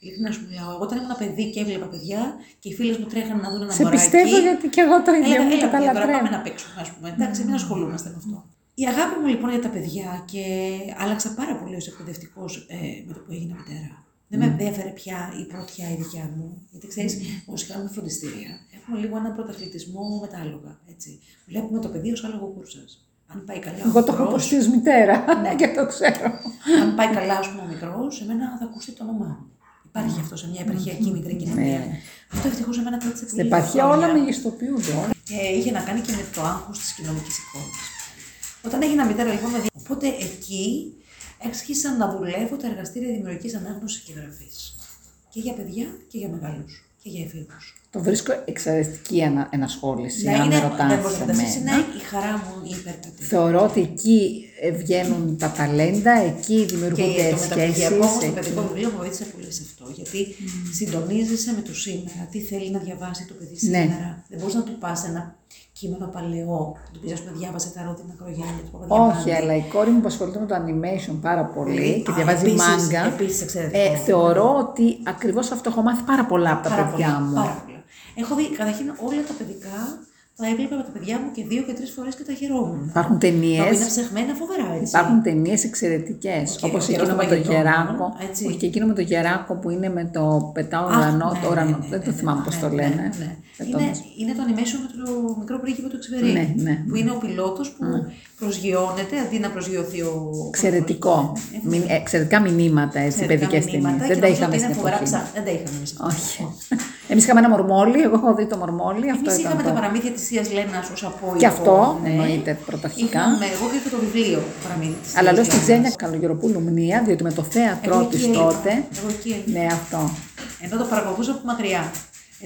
[SPEAKER 3] Ειλικρινά σου μιλάω. Εγώ όταν ήμουν παιδί και έβλεπα παιδιά και οι φίλες μου τρέχανε να δουν ένα
[SPEAKER 2] Σε
[SPEAKER 3] μωράκι.
[SPEAKER 2] πιστεύω γιατί και εγώ τα ίδια
[SPEAKER 3] Έλεγα,
[SPEAKER 2] μου
[SPEAKER 3] έλα,
[SPEAKER 2] και τα
[SPEAKER 3] παιδιά, τώρα πάμε να
[SPEAKER 2] λατρεύω.
[SPEAKER 3] παίξουμε, ας πούμε. Εντάξει, μην ασχολούμαστε με αυτό. Η αγάπη μου λοιπόν για τα παιδιά και άλλαξα πάρα πολύ ως εκπαιδευτικός ε, με το που έγινα μητέρα. Δεν με ενδιαφέρε πια η πρωτιά η δικιά μου, γιατί ξέρεις, όσοι κάνουμε φροντιστήρια, έχουμε λίγο έναν πρωταθλητισμό με τα άλογα. Έτσι. Βλέπουμε το παιδί ως άλογο κούρσας. Αν πάει καλά. ο
[SPEAKER 2] Εγώ το έχω
[SPEAKER 3] μικρός,
[SPEAKER 2] πως ω μητέρα
[SPEAKER 3] Ναι.
[SPEAKER 2] και το ξέρω.
[SPEAKER 3] αν πάει καλά, ας πούμε, ο μικρός, σε μένα θα ακούσει το όνομά μου. Υπάρχει αυτό σε μια επαρχιακή μικρή κοινωνία.
[SPEAKER 2] Ναι.
[SPEAKER 3] Αυτό ευτυχώς σε μένα κράτησε πολύ.
[SPEAKER 2] Στην επαρχία
[SPEAKER 3] χρόνια
[SPEAKER 2] όλα μεγιστοποιούνται. όλα.
[SPEAKER 3] και Ε, είχε να κάνει και με το άγχος της κοινωνικής εικόνας. Όταν έγινα μητέρα, λοιπόν, με δι- οπότε εκεί άρχισα να δουλεύω τα εργαστήρια δημιουργικής ανάγνωσης και γραφής. Και για παιδιά και για μεγάλους. Και για εφήβους.
[SPEAKER 2] Το βρίσκω εξαιρετική ανα- ενασχόληση, αν με
[SPEAKER 3] Ναι, είναι, δεν
[SPEAKER 2] ρωτάς
[SPEAKER 3] μπορείς να
[SPEAKER 2] εμένα.
[SPEAKER 3] τα είναι η χαρά μου η υπέρτατη.
[SPEAKER 2] Θεωρώ ότι εκεί ε, βγαίνουν τα ταλέντα, εκεί δημιουργούνται
[SPEAKER 3] Και το
[SPEAKER 2] σχέσεις.
[SPEAKER 3] μεταπτυχιακό όμω το
[SPEAKER 2] εκεί.
[SPEAKER 3] παιδικό βιβλίο μου βοήθησε πολύ σε αυτό. Γιατί συντονίζεσαι με το σήμερα, τι θέλει να διαβάσει το παιδί
[SPEAKER 2] Ναι.
[SPEAKER 3] σήμερα. Δεν μπορείς να του πας ένα κείμενο παλαιό, να του πεις, ας πούμε, διάβασε τα ρόδινα κρογένια του
[SPEAKER 2] Όχι,
[SPEAKER 3] Παπαδιαμάντη.
[SPEAKER 2] αλλά η κόρη μου που ασχολείται με το animation πάρα πολύ και
[SPEAKER 3] Ε, Α,
[SPEAKER 2] διαβάζει
[SPEAKER 3] επίσης-
[SPEAKER 2] μάγκα.
[SPEAKER 3] επίσης εξαιρετικό.
[SPEAKER 2] Ε, θεωρώ ότι ακριβώς αυτό έχω μάθει πάρα πολλά από τα
[SPEAKER 3] Πάρα
[SPEAKER 2] παιδιά
[SPEAKER 3] πολλά,
[SPEAKER 2] μου.
[SPEAKER 3] Πάρα πολλά. Έχω δει καταρχήν όλα τα παιδικά, τα έβλεπα με τα παιδιά μου και δύο και τρεις φορές και τα χαιρόμουν.
[SPEAKER 2] Υπάρχουν
[SPEAKER 3] Τα οποία
[SPEAKER 2] ταινίε.
[SPEAKER 3] είναι ψεχμένα φοβερά έτσι.
[SPEAKER 2] Υπάρχουν ταινίες εξαιρετικές.
[SPEAKER 3] Και
[SPEAKER 2] Όπω
[SPEAKER 3] ο καιρός
[SPEAKER 2] εκείνο
[SPEAKER 3] των
[SPEAKER 2] με τον
[SPEAKER 3] παγετών,
[SPEAKER 2] Γεράκο.
[SPEAKER 3] έτσι.
[SPEAKER 2] Όχι, και εκείνο με τον Γεράκο που είναι με το πετάω
[SPEAKER 3] Αχ,
[SPEAKER 2] ουρανό.
[SPEAKER 3] ναι,
[SPEAKER 2] το ουρανό.
[SPEAKER 3] ναι, ναι,
[SPEAKER 2] δεν το
[SPEAKER 3] ναι,
[SPEAKER 2] θυμάμαι
[SPEAKER 3] ναι,
[SPEAKER 2] πώς
[SPEAKER 3] ναι,
[SPEAKER 2] το
[SPEAKER 3] ναι,
[SPEAKER 2] λένε.
[SPEAKER 3] ναι, ναι.
[SPEAKER 2] Δεν το
[SPEAKER 3] Είναι,
[SPEAKER 2] θυμάμαι.
[SPEAKER 3] είναι το animation με το μικρό πρίγκιπα του Ξυβερή.
[SPEAKER 2] Ναι, ναι.
[SPEAKER 3] Που είναι ο πιλότος που προσγειώνεται αντί να προσγειωθεί ο.
[SPEAKER 2] Εξαιρετικό.
[SPEAKER 3] Ναι, ναι.
[SPEAKER 2] Μην- εξαιρετικά μηνύματα, έτσι,
[SPEAKER 3] Εξαιρετικά
[SPEAKER 2] παιδικές
[SPEAKER 3] μηνύματα
[SPEAKER 2] ταινίες.
[SPEAKER 3] και
[SPEAKER 2] Δεν τα
[SPEAKER 3] νομίζω
[SPEAKER 2] είχαμε
[SPEAKER 3] ότι
[SPEAKER 2] στην
[SPEAKER 3] είναι φοβερά
[SPEAKER 2] εποχή.
[SPEAKER 3] ψα- Δεν τα είχαμε εμείς αυτά.
[SPEAKER 2] Όχι. Εμείς είχαμε ένα μορμόλι, εγώ έχω δει το μορμόλι. Αυτό ήταν
[SPEAKER 3] Εμεί είχαμε
[SPEAKER 2] το-
[SPEAKER 3] τα παραμύθια της Ία Λένας ως απόλυτο.
[SPEAKER 2] Και αυτό εννοείται πρωταρχικά.
[SPEAKER 3] ναι. Είχαμε, εγώ είχα το βιβλίο παραμύθια της
[SPEAKER 2] Αλλά
[SPEAKER 3] Θείας
[SPEAKER 2] λέω στην
[SPEAKER 3] Λένας.
[SPEAKER 2] Ξένια Καλογεροπούλου μνήα, διότι με το θέατρό
[SPEAKER 3] Εγώ
[SPEAKER 2] τη
[SPEAKER 3] εκεί έλειπα.
[SPEAKER 2] τότε.
[SPEAKER 3] Εγώ εκεί έλειπα.
[SPEAKER 2] Ναι, αυτό.
[SPEAKER 3] Ενώ το παρακολουθούσα από μακριά.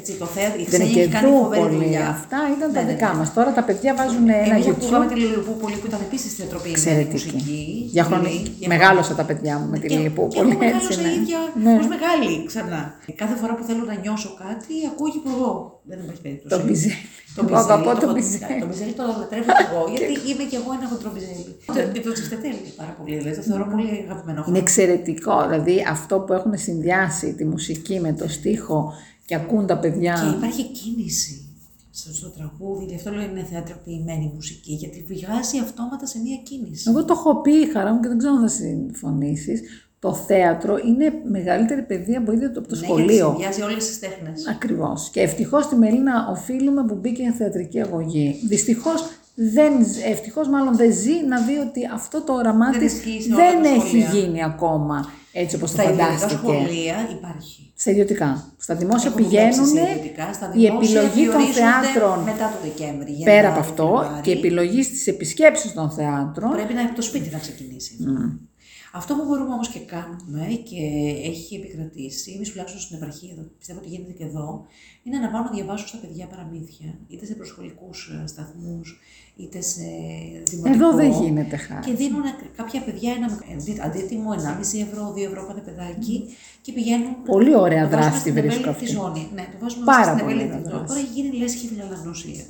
[SPEAKER 3] Έτσι, το θέατρο, η
[SPEAKER 2] Δεν
[SPEAKER 3] Ξένια έχει κάνει
[SPEAKER 2] εκεδού
[SPEAKER 3] φοβερή
[SPEAKER 2] πολύ.
[SPEAKER 3] δουλειά.
[SPEAKER 2] Αυτά ήταν τα
[SPEAKER 3] Ναι, ναι,
[SPEAKER 2] δικά
[SPEAKER 3] ναι.
[SPEAKER 2] μας. Τώρα τα παιδιά βάζουν ένα
[SPEAKER 3] Εμείς ακούγαμε
[SPEAKER 2] YouTube.
[SPEAKER 3] τη Λιλιπούπολη που ήταν επίσης θεατροποιημένη
[SPEAKER 2] Εξαιρετική.
[SPEAKER 3] μουσική.
[SPEAKER 2] Για χρόνια.
[SPEAKER 3] πολύ, για-
[SPEAKER 2] Μεγάλωσα τα παιδιά μου με τη
[SPEAKER 3] και- Και
[SPEAKER 2] Λιλιπούπολη.
[SPEAKER 3] εγώ
[SPEAKER 2] Έτσι,
[SPEAKER 3] μεγάλωσα
[SPEAKER 2] ναι.
[SPEAKER 3] η ίδια
[SPEAKER 2] Ναι.
[SPEAKER 3] ως μεγάλη ξανά. Κάθε φορά που θέλω να νιώσω κάτι, ακούω υπουργό. Δεν υπάρχει περίπτωση.
[SPEAKER 2] Το Μπιζέλη.
[SPEAKER 3] Το
[SPEAKER 2] Εγώ
[SPEAKER 3] Μπιζέλη.
[SPEAKER 2] αγαπώ το
[SPEAKER 3] κο- Το
[SPEAKER 2] Μπιζέλη.
[SPEAKER 3] Μπιζέλη το λατρεύω και εγώ, γιατί είμαι κι εγώ ένα χοντρό Μπιζέλη. Το- Το τσιφτετέλη πάρα πολύ, δηλαδή το θεωρώ πολύ αγαπημένο.
[SPEAKER 2] Ναι. Είναι εξαιρετικό. Δηλαδή αυτό που έχουν συνδυάσει τη μουσική με το στίχο και ακούν τα
[SPEAKER 3] Και
[SPEAKER 2] παιδιά.
[SPEAKER 3] υπάρχει κίνηση στο, στο τραγούδι, γι' αυτό λέω είναι θεατροποιημένη μουσική, γιατί βγάζει αυτόματα σε μία κίνηση.
[SPEAKER 2] Εγώ το έχω πει, χαρά μου, και δεν ξέρω αν θα συμφωνήσεις. Το θέατρο είναι μεγαλύτερη παιδεία από ίδιο το- από το σχολείο.
[SPEAKER 3] Ναι,
[SPEAKER 2] Ναι.
[SPEAKER 3] Συνδυάζει όλες τις τέχνες.
[SPEAKER 2] Ακριβώς. Και ευτυχώς στη Μελίνα οφείλουμε που μπήκε η θεατρική αγωγή. Δυστυχώς δεν, ζ- ευτυχώς μάλλον δεν ζει να δει ότι αυτό το όραμά
[SPEAKER 3] Δεν
[SPEAKER 2] της
[SPEAKER 3] ισχύει σε όλα
[SPEAKER 2] δεν
[SPEAKER 3] τα
[SPEAKER 2] έχει
[SPEAKER 3] σχολεία.
[SPEAKER 2] γίνει ακόμα έτσι όπως το
[SPEAKER 3] Στα ιδιωτικά
[SPEAKER 2] φαντάστηκε.
[SPEAKER 3] σχολεία υπάρχει.
[SPEAKER 2] Στα ιδιωτικά. Στα δημόσια
[SPEAKER 3] Έχω δουλέψει
[SPEAKER 2] πηγαίνουν
[SPEAKER 3] σε ιδιωτικά, στα
[SPEAKER 2] η
[SPEAKER 3] δημόσια
[SPEAKER 2] επιλογή των
[SPEAKER 3] διορίζονται
[SPEAKER 2] θεάτρων
[SPEAKER 3] Μετά το Δεκέμβρη. Γενάρη,
[SPEAKER 2] πέρα από αυτό
[SPEAKER 3] Φεβρουάρη.
[SPEAKER 2] και η επιλογή στις επισκέψεις των θεάτρων.
[SPEAKER 3] Πρέπει να από το σπίτι να ξεκινήσει.
[SPEAKER 2] Ναι.
[SPEAKER 3] Αυτό που μπορούμε όμως και κάνουμε και έχει επικρατήσει, εμείς τουλάχιστον στην επαρχία, εδώ, πιστεύω ότι γίνεται και εδώ, είναι να πάμε να διαβάσουν στα παιδιά παραμύθια, είτε σε προσχολικούς ε, σταθμούς, είτε σε δημοτικό.
[SPEAKER 2] Εδώ δεν γίνεται
[SPEAKER 3] Και
[SPEAKER 2] χάρη.
[SPEAKER 3] δίνουν κάποια παιδιά ένα μικρο- αντί- αντίτιμο 1,5 ευρώ, 2 ευρώ κάθε παιδάκι και πηγαίνουν.
[SPEAKER 2] Πολύ ωραία
[SPEAKER 3] το βάζουμε
[SPEAKER 2] δράση
[SPEAKER 3] στην
[SPEAKER 2] τη βρίσκω
[SPEAKER 3] ευέλικτη
[SPEAKER 2] αυτή.
[SPEAKER 3] ζώνη. Ναι, το βάζουμε
[SPEAKER 2] Πάρα
[SPEAKER 3] στην
[SPEAKER 2] πολύ
[SPEAKER 3] ευέλικτη
[SPEAKER 2] ωραία
[SPEAKER 3] ζώνη. Τώρα
[SPEAKER 2] δράση.
[SPEAKER 3] έχει γίνει λέσχη φιλανδοσία.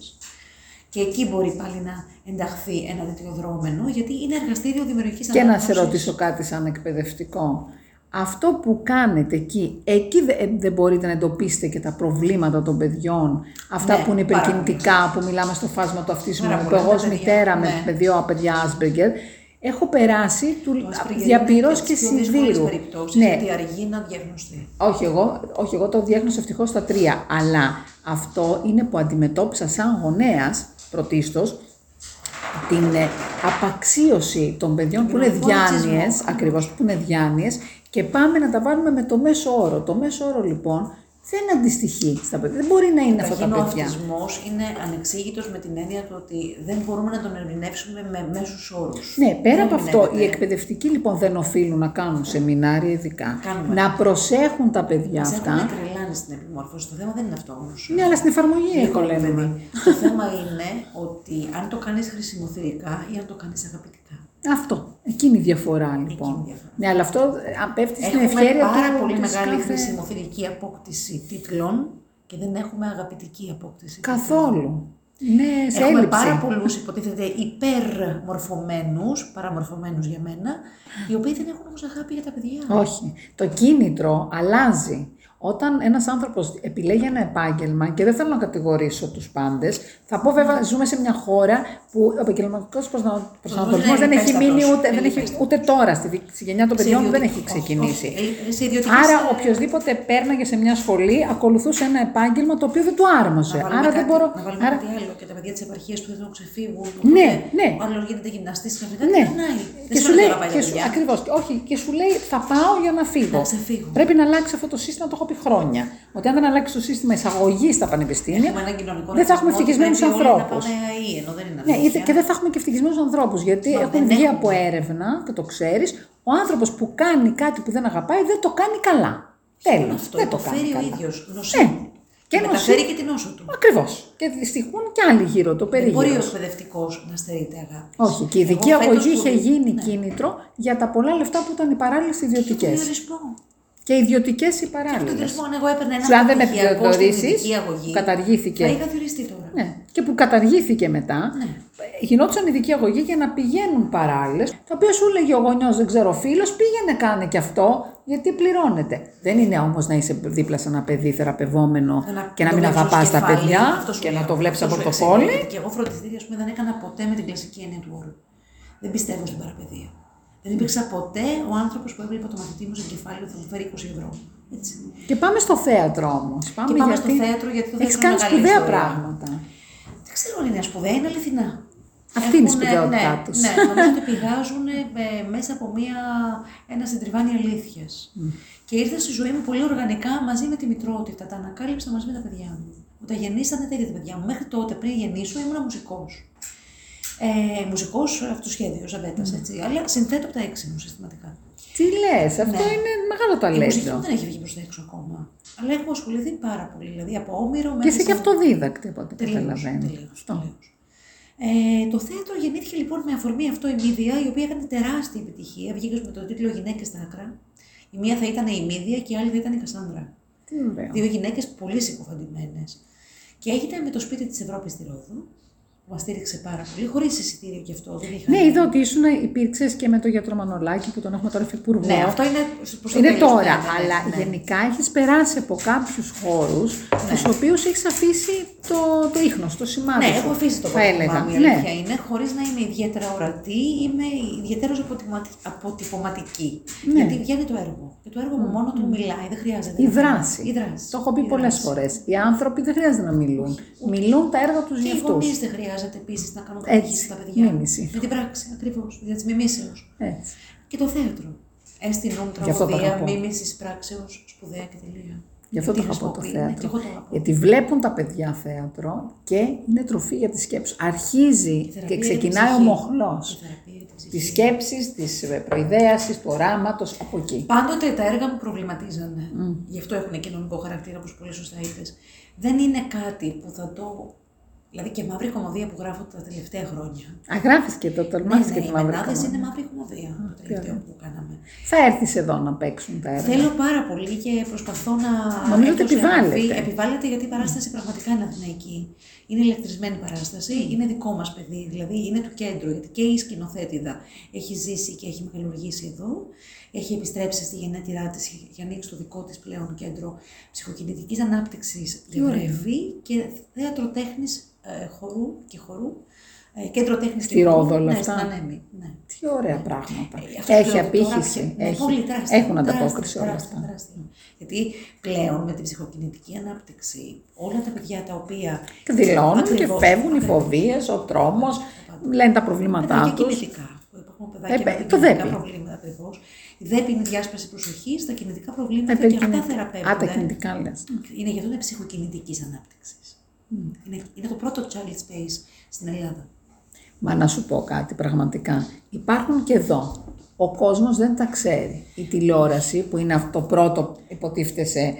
[SPEAKER 3] Και εκεί μπορεί πάλι να ενταχθεί ένα τέτοιο δρόμενο, γιατί είναι εργαστήριο δημιουργικής
[SPEAKER 2] Και να σε ρωτήσω κάτι σαν εκπαιδευτικό. Αυτό που κάνετε εκεί, εκεί δε- ε, δεν μπορείτε να εντοπίσετε και τα προβλήματα των παιδιών, αυτά
[SPEAKER 3] Ναι,
[SPEAKER 2] που είναι
[SPEAKER 3] πάρα
[SPEAKER 2] υπερκινητικά, που μιλάμε στο φάσμα του αυτισμού,
[SPEAKER 3] Πάρα
[SPEAKER 2] που
[SPEAKER 3] πολλά
[SPEAKER 2] εγώ ως
[SPEAKER 3] τα παιδιά,
[SPEAKER 2] μητέρα με,
[SPEAKER 3] ναι.
[SPEAKER 2] με δύο παιδιά Asperger, έχω περάσει του
[SPEAKER 3] Το Asperger είναι
[SPEAKER 2] διαπυρός
[SPEAKER 3] από
[SPEAKER 2] και
[SPEAKER 3] τις πιο δύσκολες
[SPEAKER 2] σιδήρου.
[SPEAKER 3] περιπτώσεις,
[SPEAKER 2] Ναι,
[SPEAKER 3] γιατί αργεί να διαγνωστεί.
[SPEAKER 2] όχι εγώ, όχι εγώ το διέγνωσα ευτυχώς στα τρία, αλλά αυτό είναι που αντιμετώπισα σαν γονέας πρωτίστως την ε, απαξίωση των παιδιών που είναι
[SPEAKER 3] Κοινωνικό
[SPEAKER 2] διάνοιες,
[SPEAKER 3] ρατσισμό.
[SPEAKER 2] ακριβώς που είναι διάνοιες και πάμε να τα βάλουμε με το μέσο όρο. Το μέσο όρο λοιπόν δεν αντιστοιχεί στα παιδιά, δεν μπορεί να είναι αυτά τα
[SPEAKER 3] Καταρχήν ο
[SPEAKER 2] παιδιά.
[SPEAKER 3] αυτισμός είναι ανεξήγητος με την έννοια του ότι δεν μπορούμε να τον ερμηνεύσουμε με μέσους όρους.
[SPEAKER 2] Ναι, πέρα
[SPEAKER 3] Δεν
[SPEAKER 2] από αυτό,
[SPEAKER 3] ερμηνεύεται.
[SPEAKER 2] οι εκπαιδευτικοί λοιπόν δεν οφείλουν να κάνουν σεμινάρια ειδικά.
[SPEAKER 3] Κάνουμε.
[SPEAKER 2] Να προσέχουν τα παιδιά
[SPEAKER 3] Μας
[SPEAKER 2] αυτά.
[SPEAKER 3] έχουν τρελάνει στην επιμόρφωση. Το θέμα δεν είναι αυτό όμως.
[SPEAKER 2] Ναι, αλλά στην εφαρμογή
[SPEAKER 3] Λίγο,
[SPEAKER 2] κολλεύουμε.
[SPEAKER 3] δηλαδή. Το θέμα είναι ότι αν το κάνεις χρησιμοθυρικά ή αν το κάνεις αγαπητικά.
[SPEAKER 2] Αυτό. Εκείνη η διαφορά λοιπόν.
[SPEAKER 3] Εκείνη η διαφορά.
[SPEAKER 2] Ναι, αλλά αυτό ε, αν πέφτεις στην
[SPEAKER 3] Έχουμε
[SPEAKER 2] ευχαίρεια
[SPEAKER 3] πάρα
[SPEAKER 2] του-
[SPEAKER 3] πολύ
[SPEAKER 2] της
[SPEAKER 3] μεγάλη
[SPEAKER 2] κάθε-
[SPEAKER 3] χρησιμοθυρική απόκτηση τίτλων και δεν έχουμε αγαπητική απόκτηση. τίτλων.
[SPEAKER 2] Καθόλου. Ναι, σε
[SPEAKER 3] Έχουμε
[SPEAKER 2] έλλειψη.
[SPEAKER 3] πάρα πολλούς υποτίθεται υπερμορφωμένους, παραμορφωμένους για μένα, οι οποίοι δεν έχουν όμως αγάπη για τα παιδιά.
[SPEAKER 2] Όχι. Το κίνητρο αλλάζει. Όταν ένας άνθρωπος επιλέγει ένα επάγγελμα, και δεν θέλω να κατηγορήσω τους πάντες, θα πω βέβαια ζούμε σε μια χώρα που ο επαγγελματικός προσανατολισμό δεν
[SPEAKER 3] είναι
[SPEAKER 2] έχει μείνει
[SPEAKER 3] υπέστατος.
[SPEAKER 2] ούτε, δεν
[SPEAKER 3] Είναι
[SPEAKER 2] έχει,
[SPEAKER 3] υπέστατος.
[SPEAKER 2] ούτε τώρα στη, δι- στη γενιά των
[SPEAKER 3] Σε
[SPEAKER 2] παιδιών δεν
[SPEAKER 3] ιδιωτικό-
[SPEAKER 2] έχει
[SPEAKER 3] όχι,
[SPEAKER 2] ξεκινήσει.
[SPEAKER 3] όχι. Ε, σε ιδιωτικές-
[SPEAKER 2] Άρα, οποιοδήποτε πέρναγε σε μια σχολή, ακολουθούσε ένα επάγγελμα το οποίο δεν του άρμοζε.
[SPEAKER 3] Να
[SPEAKER 2] Άρα
[SPEAKER 3] βάλουμε
[SPEAKER 2] δεν
[SPEAKER 3] κάτι-
[SPEAKER 2] μπορώ.
[SPEAKER 3] Να βάλουμε
[SPEAKER 2] άρα-
[SPEAKER 3] κάτι άλλο και τα παιδιά της επαρχίας που θέλουν να ξεφύγουν.
[SPEAKER 2] Ναι, ναι.
[SPEAKER 3] Ο άλλος γίνεται γυμναστής και μετά
[SPEAKER 2] Ναι.
[SPEAKER 3] περνάει.
[SPEAKER 2] Και
[SPEAKER 3] Δεν
[SPEAKER 2] σου λέει,
[SPEAKER 3] να πάει
[SPEAKER 2] και
[SPEAKER 3] για
[SPEAKER 2] σου,
[SPEAKER 3] δουλειά.
[SPEAKER 2] ακριβώς, όχι, και σου λέει θα πάω για να φύγω.
[SPEAKER 3] Να ξεφύγω.
[SPEAKER 2] Πρέπει να αλλάξει αυτό το σύστημα, το έχω πει χρόνια. Ότι αν δεν αλλάξει το σύστημα εισαγωγής στα πανεπιστήμια,
[SPEAKER 3] Έχουμε έναν κοινωνικό
[SPEAKER 2] δεν θα έχουμε
[SPEAKER 3] ρατσισμό,
[SPEAKER 2] ευτυχισμένους
[SPEAKER 3] πρέπει όλοι
[SPEAKER 2] ανθρώπου.
[SPEAKER 3] Να πάμε ΑΕΗ, ενώ δεν είναι
[SPEAKER 2] Ναι,
[SPEAKER 3] αλήθεια.
[SPEAKER 2] είτε- και δεν θα έχουμε και ευτυχισμένους ανθρώπους. Γιατί
[SPEAKER 3] Μα
[SPEAKER 2] έχουν
[SPEAKER 3] δεν
[SPEAKER 2] βγει
[SPEAKER 3] έχουμε.
[SPEAKER 2] από έρευνα και το ξέρεις, ο άνθρωπος που κάνει κάτι που δεν αγαπάει δεν το κάνει καλά. Τέλος.
[SPEAKER 3] Αυτό
[SPEAKER 2] Δεν το κάνει.
[SPEAKER 3] υποφέρει ο
[SPEAKER 2] καλά.
[SPEAKER 3] ίδιος.
[SPEAKER 2] Ναι.
[SPEAKER 3] Νοσεί.
[SPEAKER 2] Και
[SPEAKER 3] Και μεταφέρει
[SPEAKER 2] νοσεί.
[SPEAKER 3] και την όσο του.
[SPEAKER 2] Ακριβώς. Και δυστυχούν και άλλοι γύρω το
[SPEAKER 3] Δεν μπορεί ο
[SPEAKER 2] περίγυρος.
[SPEAKER 3] εκπαιδευτικός να στερείται αγάπης.
[SPEAKER 2] Όχι, και η ειδική
[SPEAKER 3] Εγώ φέτος
[SPEAKER 2] αγωγή είχε
[SPEAKER 3] που-
[SPEAKER 2] γίνει
[SPEAKER 3] Ναι.
[SPEAKER 2] κίνητρο για τα πολλά λεφτά που ήταν οι παράλληλες ιδιωτικές.
[SPEAKER 3] Τον διορισμό.
[SPEAKER 2] Και ιδιωτικές οι
[SPEAKER 3] Τον
[SPEAKER 2] παράλληλε.
[SPEAKER 3] διορισμό, αν εγώ έπαιρνα ένα
[SPEAKER 2] Σου αν δεν με
[SPEAKER 3] πτυχιακό στην ειδική
[SPEAKER 2] διορίσει,
[SPEAKER 3] αγωγή,
[SPEAKER 2] καταργήθηκε.
[SPEAKER 3] θα είχα διοριστεί τώρα.
[SPEAKER 2] Ναι. Και που καταργήθηκε μετά,
[SPEAKER 3] Ναι.
[SPEAKER 2] γινόντουσαν ειδική αγωγή για να πηγαίνουν παράλληλες, τα οποία σου έλεγε ο γονιός, δεν ξέρω, φίλος, πήγαινε κάνε και αυτό, γιατί πληρώνεται. Δεν είναι όμως να είσαι δίπλα σε ένα παιδί θεραπευόμενο
[SPEAKER 3] Να-
[SPEAKER 2] και να
[SPEAKER 3] το
[SPEAKER 2] μην
[SPEAKER 3] βλέπεις ως
[SPEAKER 2] αγαπάς τα
[SPEAKER 3] κεφάλι,
[SPEAKER 2] παιδιά
[SPEAKER 3] αυτός σου
[SPEAKER 2] και
[SPEAKER 3] λέω,
[SPEAKER 2] να το βλέπεις
[SPEAKER 3] αυτός
[SPEAKER 2] από
[SPEAKER 3] σου
[SPEAKER 2] το
[SPEAKER 3] εξηγώ,
[SPEAKER 2] φόλι.
[SPEAKER 3] γιατί Και εγώ φροντιστήρια, ας πούμε, δεν έκανα ποτέ με την κλασική έννοια του όρου. Δεν πιστεύω στην παραπαιδεία. Δεν υπήρξα ποτέ ο άνθρωπος που έβλεπε το μαθητή μου σε κεφάλι ότι θα μου φέρει 20 ευρώ. Έτσι.
[SPEAKER 2] Και πάμε στο θέατρο όμως.
[SPEAKER 3] Και πάμε στο θέατρο, γιατί το
[SPEAKER 2] έχεις
[SPEAKER 3] θέατρο είναι
[SPEAKER 2] κάνει
[SPEAKER 3] μεγάλη
[SPEAKER 2] σπουδαία
[SPEAKER 3] ιστορία.
[SPEAKER 2] πράγματα.
[SPEAKER 3] Δεν ξέρω αν είναι σπουδαία, είναι αληθινά.
[SPEAKER 2] Αυτή είναι η
[SPEAKER 3] Έχουνε-
[SPEAKER 2] σπουδαιότητά
[SPEAKER 3] ναι,
[SPEAKER 2] τους.
[SPEAKER 3] Ναι, νομίζω ότι πηγάζουν μέσα από μία, ένα συντριβάνι αλήθειας. Και ήρθα στη ζωή μου πολύ οργανικά μαζί με τη μητρότητα. Τα ανακάλυψα μαζί με τα παιδιά μου. Όταν γεννήσανε τα ίδια τα παιδιά μου. Μέχρι τότε, πριν γεννήσω, ήμουνα μουσικός. Ε, μουσικός αυτοσχέδιο, ζαβέτα, έτσι. Αλλά συνθέτω από τα έξι μου συστηματικά.
[SPEAKER 2] Τι λες, αυτό
[SPEAKER 3] Ναι.
[SPEAKER 2] είναι μεγάλο
[SPEAKER 3] Η μουσική μου
[SPEAKER 2] ταλέντο.
[SPEAKER 3] δεν έχει βγει προς τα έξω ακόμα. Αλλά έχω ασχοληθεί πάρα πολύ. Δηλαδή από όμοιρο μέχρι.
[SPEAKER 2] Και είσαι και
[SPEAKER 3] σε-
[SPEAKER 2] αυτοδίδακτη από ό,τι
[SPEAKER 3] Τελείως,
[SPEAKER 2] καταλαβαίνω.
[SPEAKER 3] τελείως,
[SPEAKER 2] Αυτό.
[SPEAKER 3] τελείως. Ε, το θέατρο γεννήθηκε λοιπόν με αφορμή αυτό η Μίδια, η οποία έκανε τεράστια επιτυχία. Βγήκε με τον τίτλο Γυναίκες στα άκρα. Η μία θα ήταν η Μίδια και η άλλη θα ήταν η Κασάνδρα.
[SPEAKER 2] Τι ωραίο.
[SPEAKER 3] Δύο γυναίκες πολύ συκοφαντημένες. Και έγινε με το σπίτι της Ευρώπης στη Ρόδο, που μας στήριξε πάρα πολύ, χωρίς εισιτήριο και αυτό. Δεν είχαν...
[SPEAKER 2] Ναι, είδα ότι ήσουν, υπήρξες και με το γιατρό Μανολάκη που τον έχουμε τώρα υφυπουργό.
[SPEAKER 3] Ναι, αυτό είναι προς το
[SPEAKER 2] είναι
[SPEAKER 3] τέλος,
[SPEAKER 2] τώρα,
[SPEAKER 3] ναι, ναι, ναι,
[SPEAKER 2] αλλά
[SPEAKER 3] ναι.
[SPEAKER 2] γενικά έχεις περάσει από κάποιους χώρους τους οποίους έχεις αφήσει το, το ίχνος, το σημάδι.
[SPEAKER 3] Ναι,
[SPEAKER 2] σου,
[SPEAKER 3] έχω αφήσει το
[SPEAKER 2] θα έλεγα.
[SPEAKER 3] πρόβλημά μου, η
[SPEAKER 2] Ναι.
[SPEAKER 3] αλήθεια είναι, χωρίς να είμαι ιδιαίτερα ορατή, είμαι ιδιαίτερω αποτυπωματική.
[SPEAKER 2] Ναι.
[SPEAKER 3] Γιατί βγαίνει το έργο. Και το έργο μου μόνο του μιλάει, δεν χρειάζεται.
[SPEAKER 2] Η
[SPEAKER 3] να μιλάει.
[SPEAKER 2] δράση.
[SPEAKER 3] Η δράση.
[SPEAKER 2] Το έχω πει
[SPEAKER 3] Η
[SPEAKER 2] πολλές
[SPEAKER 3] δράση.
[SPEAKER 2] φορές. Οι άνθρωποι δεν χρειάζεται να μιλούν. Μιλούν τα έργα τους
[SPEAKER 3] Και
[SPEAKER 2] για
[SPEAKER 3] οι
[SPEAKER 2] αυτούς.
[SPEAKER 3] γονείς δεν χρειάζεται επίσης να κάνουν
[SPEAKER 2] Έτσι,
[SPEAKER 3] κακή στα παιδιά.
[SPEAKER 2] μίμηση.
[SPEAKER 3] Με την πράξη, ακριβώς. Για τη μιμήσεως.
[SPEAKER 2] Έτσι.
[SPEAKER 3] Και το θέατρο. Έστειλον
[SPEAKER 2] Γι' αυτό το
[SPEAKER 3] τραγωδία,
[SPEAKER 2] αγαπώ.
[SPEAKER 3] μίμησης πράξεως, σπουδαία και τελεία.
[SPEAKER 2] Γι' αυτό
[SPEAKER 3] Γιατί
[SPEAKER 2] το αγαπώ το
[SPEAKER 3] χρησιμοποιεί, ναι,
[SPEAKER 2] θέατρο.
[SPEAKER 3] και εγώ το αγαπώ.
[SPEAKER 2] Γιατί βλέπουν τα παιδιά θέατρο και είναι τροφή για τη σκέψη.
[SPEAKER 3] Η
[SPEAKER 2] Αρχίζει
[SPEAKER 3] θεραπεία
[SPEAKER 2] και
[SPEAKER 3] είναι
[SPEAKER 2] ξεκινάει ο
[SPEAKER 3] ψυχή.
[SPEAKER 2] μοχλό.
[SPEAKER 3] Η θεραπεία είναι ψυχή.
[SPEAKER 2] Τη σκέψη, τη προειδέαση, του οράματο, από εκεί.
[SPEAKER 3] Πάντοτε τα έργα μου προβληματίζανε. Γι' αυτό έχουν κοινωνικό χαρακτήρα, όπως πολύ σωστά είπες. Δεν είναι κάτι που θα το. Δηλαδή και μαύρη κομμωδία που γράφω τα τελευταία χρόνια.
[SPEAKER 2] Αγράφει και το τολμάς και
[SPEAKER 3] ναι,
[SPEAKER 2] τη
[SPEAKER 3] οι
[SPEAKER 2] μαύρη
[SPEAKER 3] Μενάδες
[SPEAKER 2] κομμάτια.
[SPEAKER 3] είναι μαύρη κομμωδία το τελευταίο
[SPEAKER 2] ωραία.
[SPEAKER 3] που κάναμε.
[SPEAKER 2] Θα έρθεις εδώ να παίξουν τα έργα.
[SPEAKER 3] Θέλω πάρα πολύ και προσπαθώ να.
[SPEAKER 2] Νομίζω ότι
[SPEAKER 3] έδωσε
[SPEAKER 2] επιβάλλεται.
[SPEAKER 3] επαφή. Επιβάλλεται γιατί η παράσταση πραγματικά είναι αθηναϊκή. Είναι ηλεκτρισμένη παράσταση,
[SPEAKER 2] Mm.
[SPEAKER 3] είναι δικό μας παιδί, δηλαδή είναι του κέντρου. Γιατί και η σκηνοθέτηδα έχει ζήσει και έχει μεγαλουργήσει εδώ. Έχει επιστρέψει στη γενέτειρά της για να ανοίξει το δικό της πλέον κέντρο ψυχοκινητικής ανάπτυξης
[SPEAKER 2] Τι
[SPEAKER 3] για
[SPEAKER 2] ωραία.
[SPEAKER 3] βρεβή και θέατρο τέχνης ε, χορού και χορού. Ε, κέντρο τέχνης
[SPEAKER 2] Στη Ρόδο όλα
[SPEAKER 3] ναι,
[SPEAKER 2] αυτά.
[SPEAKER 3] Στην Ανέμη, ναι.
[SPEAKER 2] Τι ωραία πράγματα.
[SPEAKER 3] Ε, αυτό
[SPEAKER 2] Έχει
[SPEAKER 3] πλέον τώρα
[SPEAKER 2] απήχηση.
[SPEAKER 3] πια- ναι, πολύ
[SPEAKER 2] Έχει.
[SPEAKER 3] τεράστια,
[SPEAKER 2] Έχουν
[SPEAKER 3] τεράστια,
[SPEAKER 2] ανταπόκριση όλα
[SPEAKER 3] τεράστια,
[SPEAKER 2] αυτά.
[SPEAKER 3] τεράστια. Γιατί πλέον με την ψυχοκινητική ανάπτυξη, όλα τα παιδιά τα οποία.
[SPEAKER 2] Δηλώνουν και
[SPEAKER 3] Ακριβώς,
[SPEAKER 2] φεύγουν οι
[SPEAKER 3] ακριβώς.
[SPEAKER 2] φοβίες, ο τρόμος,
[SPEAKER 3] Πάντα.
[SPEAKER 2] λένε τα
[SPEAKER 3] Παιδιά
[SPEAKER 2] προβλήματά
[SPEAKER 3] και
[SPEAKER 2] τους.
[SPEAKER 3] κινητικά. που Υπάρχουν
[SPEAKER 2] Ε,
[SPEAKER 3] παιδάκια με
[SPEAKER 2] το
[SPEAKER 3] κινητικά
[SPEAKER 2] ΔΕΠΗ.
[SPEAKER 3] προβλήματα ακριβώς. Η ΔΕΠΗ είναι η διάσπαση προσοχής, τα κινητικά προβλήματα
[SPEAKER 2] Ε,
[SPEAKER 3] και αυτά
[SPEAKER 2] περικινητικά. Α, τα
[SPEAKER 3] θεραπεύονται.
[SPEAKER 2] κινητικά λες.
[SPEAKER 3] Είναι γι' αυτό είναι ψυχοκινητικής ανάπτυξης. Είναι, είναι το πρώτο child space στην Ελλάδα.
[SPEAKER 2] Μα να σου πω κάτι πραγματικά. Υπάρχουν και εδώ. Ο κόσμος δεν τα ξέρει. Η τηλεόραση που είναι το πρώτο υποτίθεται σε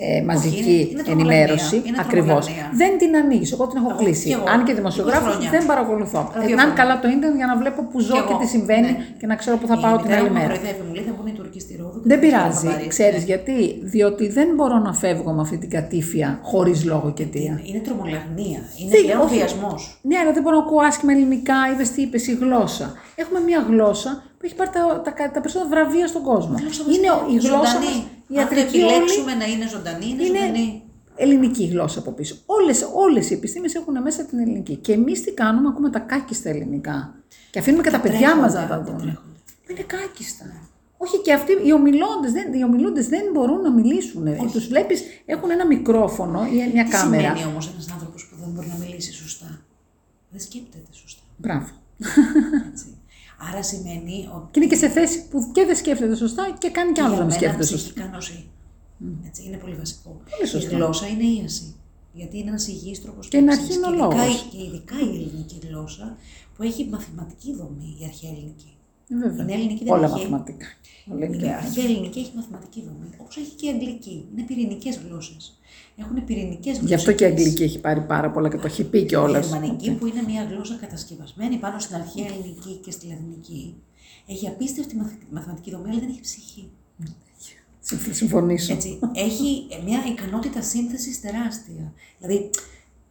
[SPEAKER 2] ε, μαζική
[SPEAKER 3] είναι- είναι τρομοκρατία.
[SPEAKER 2] ενημέρωση.
[SPEAKER 3] Είναι
[SPEAKER 2] Ακριβώς.
[SPEAKER 3] τρομοκρατία.
[SPEAKER 2] Δεν την ανοίγεις. Εγώ την έχω
[SPEAKER 3] Εγώ-
[SPEAKER 2] κλείσει.
[SPEAKER 3] κι εγώ.
[SPEAKER 2] Αν και
[SPEAKER 3] 20
[SPEAKER 2] δημοσιογράφος
[SPEAKER 3] χρόνια.
[SPEAKER 2] δεν παρακολουθώ. Ε,
[SPEAKER 3] Ραδιόφωνο.
[SPEAKER 2] αν καλά το ίντερνετ για να βλέπω που ζω
[SPEAKER 3] Κι
[SPEAKER 2] και,
[SPEAKER 3] εγώ,
[SPEAKER 2] τι συμβαίνει
[SPEAKER 3] ναι.
[SPEAKER 2] και να ξέρω που θα
[SPEAKER 3] Η
[SPEAKER 2] πάω την
[SPEAKER 3] μητέρα
[SPEAKER 2] άλλη
[SPEAKER 3] μου με
[SPEAKER 2] μέρα.
[SPEAKER 3] Προεδρεύει, μου λέει θα βγουν οι Τουρκοί στη Ρόδο. και
[SPEAKER 2] Δεν
[SPEAKER 3] θα τους
[SPEAKER 2] πειράζει,
[SPEAKER 3] μπαμπαρίσουν.
[SPEAKER 2] ξέρεις γιατί. Διότι δεν μπορώ να φεύγω με αυτή την κατήφια χωρίς λόγο και αιτία.
[SPEAKER 3] Είναι, είναι τρομολαγνία. Είναι
[SPEAKER 2] Δεν-
[SPEAKER 3] πλέον
[SPEAKER 2] όχι.
[SPEAKER 3] βιασμός.
[SPEAKER 2] Ναι, αλλά δεν μπορώ να ακούω άσχημα ελληνικά, είδες τι είπες η γλώσσα. Έχουμε μια γλώσσα που έχει πάρει τα, τα, τα περισσότερα βραβεία στον κόσμο. Είναι ο- η γλώσσα μας, η
[SPEAKER 3] Αν το
[SPEAKER 2] ιατρική όλη
[SPEAKER 3] επιλέξουμε να είναι ζωντανή, είναι,
[SPEAKER 2] είναι
[SPEAKER 3] ζωντανή.
[SPEAKER 2] ελληνική γλώσσα από πίσω. Όλες, όλες οι επιστήμες έχουν μέσα την ελληνική. Και εμείς τι κάνουμε, ακούμε τα κάκιστα ελληνικά. Και αφήνουμε και τα παιδιά μας να τα
[SPEAKER 3] τρέχονται, τα
[SPEAKER 2] δουν.
[SPEAKER 3] τρέχονται.
[SPEAKER 2] Είναι κάκιστα. Όχι και αυτοί, οι ομιλώντες δεν, οι ομιλούντες δεν μπορούν να μιλήσουν. Τους βλέπεις, έχουν ένα μικρόφωνο ή μια
[SPEAKER 3] Τι
[SPEAKER 2] κάμερα.
[SPEAKER 3] σημαίνει όμως ένας άνθρωπος που δεν μπορεί να μιλήσει σωστά. Δεν σκέπτεται σωστά.
[SPEAKER 2] Μπράβο.
[SPEAKER 3] Έτσι. Άρα σημαίνει ότι.
[SPEAKER 2] Και είναι και σε θέση που και δεν σκέφτεται σωστά και κάνει κι άλλο
[SPEAKER 3] για
[SPEAKER 2] να μην
[SPEAKER 3] μένα
[SPEAKER 2] σκέφτεται σωστά.
[SPEAKER 3] ψυχικά νοσεί. Έτσι, είναι πολύ βασικό.
[SPEAKER 2] Πολύ σωστό.
[SPEAKER 3] Η γλώσσα είναι ίαση. Γιατί είναι ένας υγιής τρόπος
[SPEAKER 2] Και να αρχίσει ο λόγος.
[SPEAKER 3] Και ειδικά η ελληνική γλώσσα που έχει μαθηματική δομή, η αρχαία ελληνική.
[SPEAKER 2] Ε, Βέβαια.
[SPEAKER 3] Είναι ελληνική, δεν
[SPEAKER 2] Όλα
[SPEAKER 3] έχει.
[SPEAKER 2] μαθηματικά. Όλα
[SPEAKER 3] Η
[SPEAKER 2] ελληνικά.
[SPEAKER 3] αρχαία Ε, ελληνική έχει μαθηματική δομή, όπως έχει και η αγγλική. Είναι πυρηνικές γλώσσες. Έχουν πυρηνικές γλώσσε.
[SPEAKER 2] Γι' αυτό και η Αγγλική έχει πάρει πάρα πολλά και το έχει πει κιόλας.
[SPEAKER 3] Η γερμανική, που είναι μια γλώσσα κατασκευασμένη πάνω στην αρχαία ελληνική και στη λατινική, έχει απίστευτη μαθη- μαθηματική δομή, αλλά δεν έχει ψυχή.
[SPEAKER 2] Συμφωνήσω.
[SPEAKER 3] Έτσι, έχει ε, μια ικανότητα σύνθεσης τεράστια. Δηλαδή,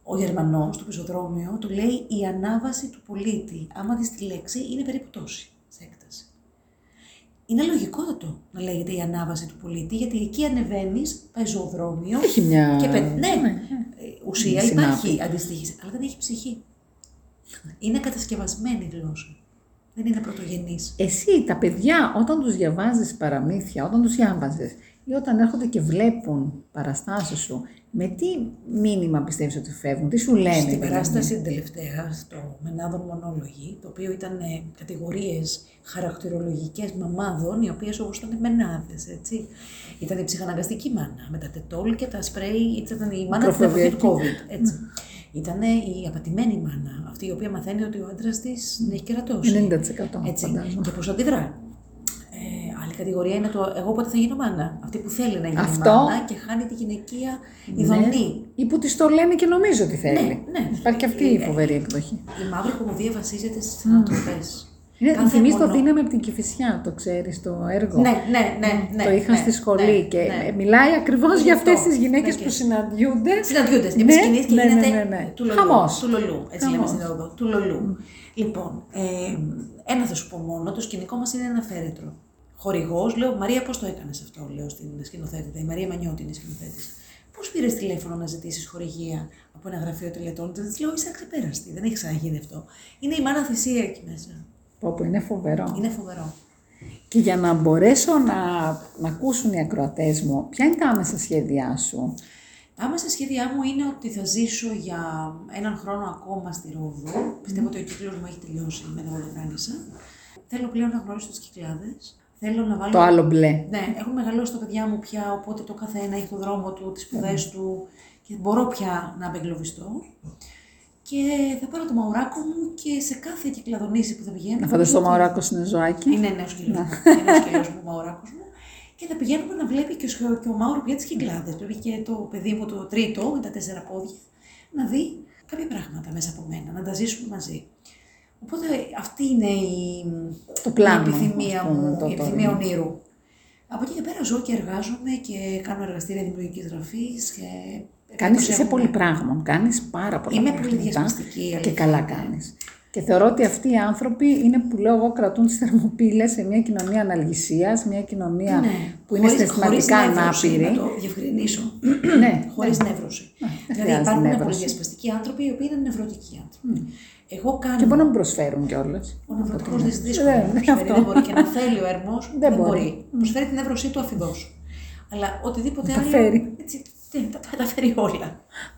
[SPEAKER 3] ο Γερμανός στο πεζοδρόμιο του λέει η ανάβαση του πολίτη. Άμα δεις τη λέξη, είναι περίπου τόση σε έκταση. Είναι λογικότατο να λέγεται η ανάβαση του πολίτη, γιατί εκεί ανεβαίνεις πεζοδρόμιο.
[SPEAKER 2] Έχει μια.
[SPEAKER 3] Και πε... ναι, ε, ουσία
[SPEAKER 2] Συνάπη.
[SPEAKER 3] υπάρχει αντιστοίχηση, αλλά δεν έχει ψυχή. Είναι κατασκευασμένη γλώσσα. Δεν είναι πρωτογενής.
[SPEAKER 2] Εσύ τα παιδιά όταν τους διαβάζεις παραμύθια, όταν τους διάβαζες ή όταν έρχονται και βλέπουν παραστάσεις σου, με τι μήνυμα πιστεύεις ότι φεύγουν, τι σου λένε.
[SPEAKER 3] Στην
[SPEAKER 2] δηλαδή.
[SPEAKER 3] παράσταση την τελευταία, στο Μενάδων Μονόλογοι, το οποίο ήταν ε, κατηγορίες χαρακτηρολογικές μαμάδων, οι οποίες όμως ήταν μενάδες, έτσι. Ήταν η ψυχαναγκαστική μάνα, με τα τετόλ και τα σπρέι, ήταν η μάνα της εποχής του
[SPEAKER 2] Μικροφοβιακή.
[SPEAKER 3] COVID, έτσι. Ήταν η απατημένη μάνα, αυτή η οποία μαθαίνει ότι ο άντρας της την έχει κερατώσει.
[SPEAKER 2] 90%
[SPEAKER 3] Έτσι.
[SPEAKER 2] φαντάζομαι.
[SPEAKER 3] Και πώς αντιδρά. Ε, άλλη κατηγορία είναι το εγώ πότε θα γίνω μάνα. Αυτή που θέλει να γίνει
[SPEAKER 2] Αυτό. Ναι.
[SPEAKER 3] μάνα και χάνει τη γυναικεία ειδονή.
[SPEAKER 2] Ή που της το λένε και νομίζω ότι θέλει.
[SPEAKER 3] Ναι, ναι.
[SPEAKER 2] Υπάρχει και αυτή η φοβερή εκδοχή.
[SPEAKER 3] Η μαύρη κομμωδία βασίζεται στις θανατροπέ.
[SPEAKER 2] Είναι, μου θυμίζει το δύναμη από την Κηφισιά, το ξέρεις το έργο.
[SPEAKER 3] Ναι, ναι, ναι, ναι.
[SPEAKER 2] το είχα
[SPEAKER 3] ναι,
[SPEAKER 2] στη σχολή
[SPEAKER 3] ναι,
[SPEAKER 2] και Ε,
[SPEAKER 3] ναι.
[SPEAKER 2] μιλάει ακριβώς
[SPEAKER 3] Είναι
[SPEAKER 2] για
[SPEAKER 3] αυτό.
[SPEAKER 2] αυτέ τις γυναίκες
[SPEAKER 3] Ναι, και-
[SPEAKER 2] που συναντιούνται.
[SPEAKER 3] Συναντιούνται στην
[SPEAKER 2] Ναι,
[SPEAKER 3] επισκηνή και
[SPEAKER 2] ναι, ναι,
[SPEAKER 3] γίνεται
[SPEAKER 2] ναι, ναι.
[SPEAKER 3] του λολού.
[SPEAKER 2] Χαμός.
[SPEAKER 3] Του λολού, έτσι λέμε
[SPEAKER 2] Χαμός.
[SPEAKER 3] στην Ρόδο. Του λολού. Λοιπόν, ε, ένα θα σου πω μόνο, το σκηνικό μας είναι ένα φέρετρο. Χορηγός, λέω Μαρία, πώς το έκανες αυτό, λέω στην σκηνοθέτητα. Η Μαρία Μανιώτη είναι σκηνοθέτης. Πώς πήρες τηλέφωνο να ζητήσεις χορηγία από ένα γραφείο τελετών. Της λέω, είσαι αξεπέραστη, δεν έχει ξαναγίνει αυτό. Είναι η μάνα θυσία εκεί μέσα.
[SPEAKER 2] Όπου είναι φοβερό.
[SPEAKER 3] Είναι φοβερό.
[SPEAKER 2] Και για να μπορέσω να, να ακούσουν οι ακροατές μου, ποια είναι τα άμεσα σχέδιά σου.
[SPEAKER 3] Τα άμεσα σχέδιά μου είναι ότι θα ζήσω για έναν χρόνο ακόμα στη Ρόδο. Πιστεύω ότι ο κύκλος μου έχει τελειώσει με την Βολοκάνησα. Θέλω πλέον να γνωρίσω τις κυκλάδες. Θέλω να βάλω...
[SPEAKER 2] Το άλλο μπλε.
[SPEAKER 3] Ναι, έχουν μεγαλώσει τα παιδιά μου πια, οπότε το κάθε ένα έχει το δρόμο του, τις σπουδές του και μπορώ πια να απεγκλωβιστώ. Και θα πάρω το μαουράκο μου και σε κάθε κυκλαδονίση που θα πηγαίνω...
[SPEAKER 2] Να φανταστώ
[SPEAKER 3] θα-
[SPEAKER 2] μαωράκο είναι ζωάκι.
[SPEAKER 3] είναι νέος σκυλό. Είναι νέος σκυλό μου, μαουράκος μου. Και θα πηγαίνουμε να βλέπει και ο, σχ- και ο Μάουρο πια τις κυκλάδε. Πρέπει και το παιδί μου το τρίτο με τα τέσσερα πόδια να δει κάποια πράγματα μέσα από μένα, να τα ζήσουμε μαζί. Οπότε αυτή είναι η,
[SPEAKER 2] Το πλάνο,
[SPEAKER 3] η επιθυμία
[SPEAKER 2] ας πούμε,
[SPEAKER 3] μου,
[SPEAKER 2] το-
[SPEAKER 3] η
[SPEAKER 2] το-
[SPEAKER 3] επιθυμία ονείρου. Από εκεί και πέρα ζω και εργάζομαι και κάνω εργαστήρια δημιουργικής γραφής.
[SPEAKER 2] Κάνει, είσαι πολύ πράγμα. Κάνεις πάρα πολλά
[SPEAKER 3] Είμαι πολύ
[SPEAKER 2] πράγματα.
[SPEAKER 3] διασπαστική, η
[SPEAKER 2] Και
[SPEAKER 3] αλήθεια
[SPEAKER 2] καλά
[SPEAKER 3] είναι.
[SPEAKER 2] κάνεις. Και θεωρώ ότι αυτοί οι άνθρωποι είναι που λέω εγώ κρατούν τις θερμοπύλες σε μια κοινωνία αναλγησίας, μια κοινωνία που είναι
[SPEAKER 3] Ναι. Χωρίς-
[SPEAKER 2] συναισθηματικά
[SPEAKER 3] χωρίς νεύρωση,
[SPEAKER 2] ανάπηρη.
[SPEAKER 3] Να το διευκρινίσω.
[SPEAKER 2] Ναι,
[SPEAKER 3] Χωρίς νεύρωση. Δηλαδή
[SPEAKER 2] χρειάζεται
[SPEAKER 3] υπάρχουν
[SPEAKER 2] νεύρωση.
[SPEAKER 3] πολυδιασπαστικοί άνθρωποι οι οποίοι είναι νευρωτικοί
[SPEAKER 2] Ναι.
[SPEAKER 3] άνθρωποι. Εγώ κάνω.
[SPEAKER 2] Και μπορεί να μην προσφέρουν κιόλας.
[SPEAKER 3] Ο νευρωτικός δύσκολο.
[SPEAKER 2] Ναι,
[SPEAKER 3] να
[SPEAKER 2] ναι,
[SPEAKER 3] προσφέρει,
[SPEAKER 2] αυτό.
[SPEAKER 3] δεν μπορεί και να θέλει ο ερμός. δεν, μπορεί.
[SPEAKER 2] μπορεί. Mm.
[SPEAKER 3] Προσφέρει την εύρωσή του αφιδός. Αλλά οτιδήποτε
[SPEAKER 2] Τα
[SPEAKER 3] άλλο.
[SPEAKER 2] φέρει.
[SPEAKER 3] Έτσι, ναι, τα, τα, τα φέρει όλα.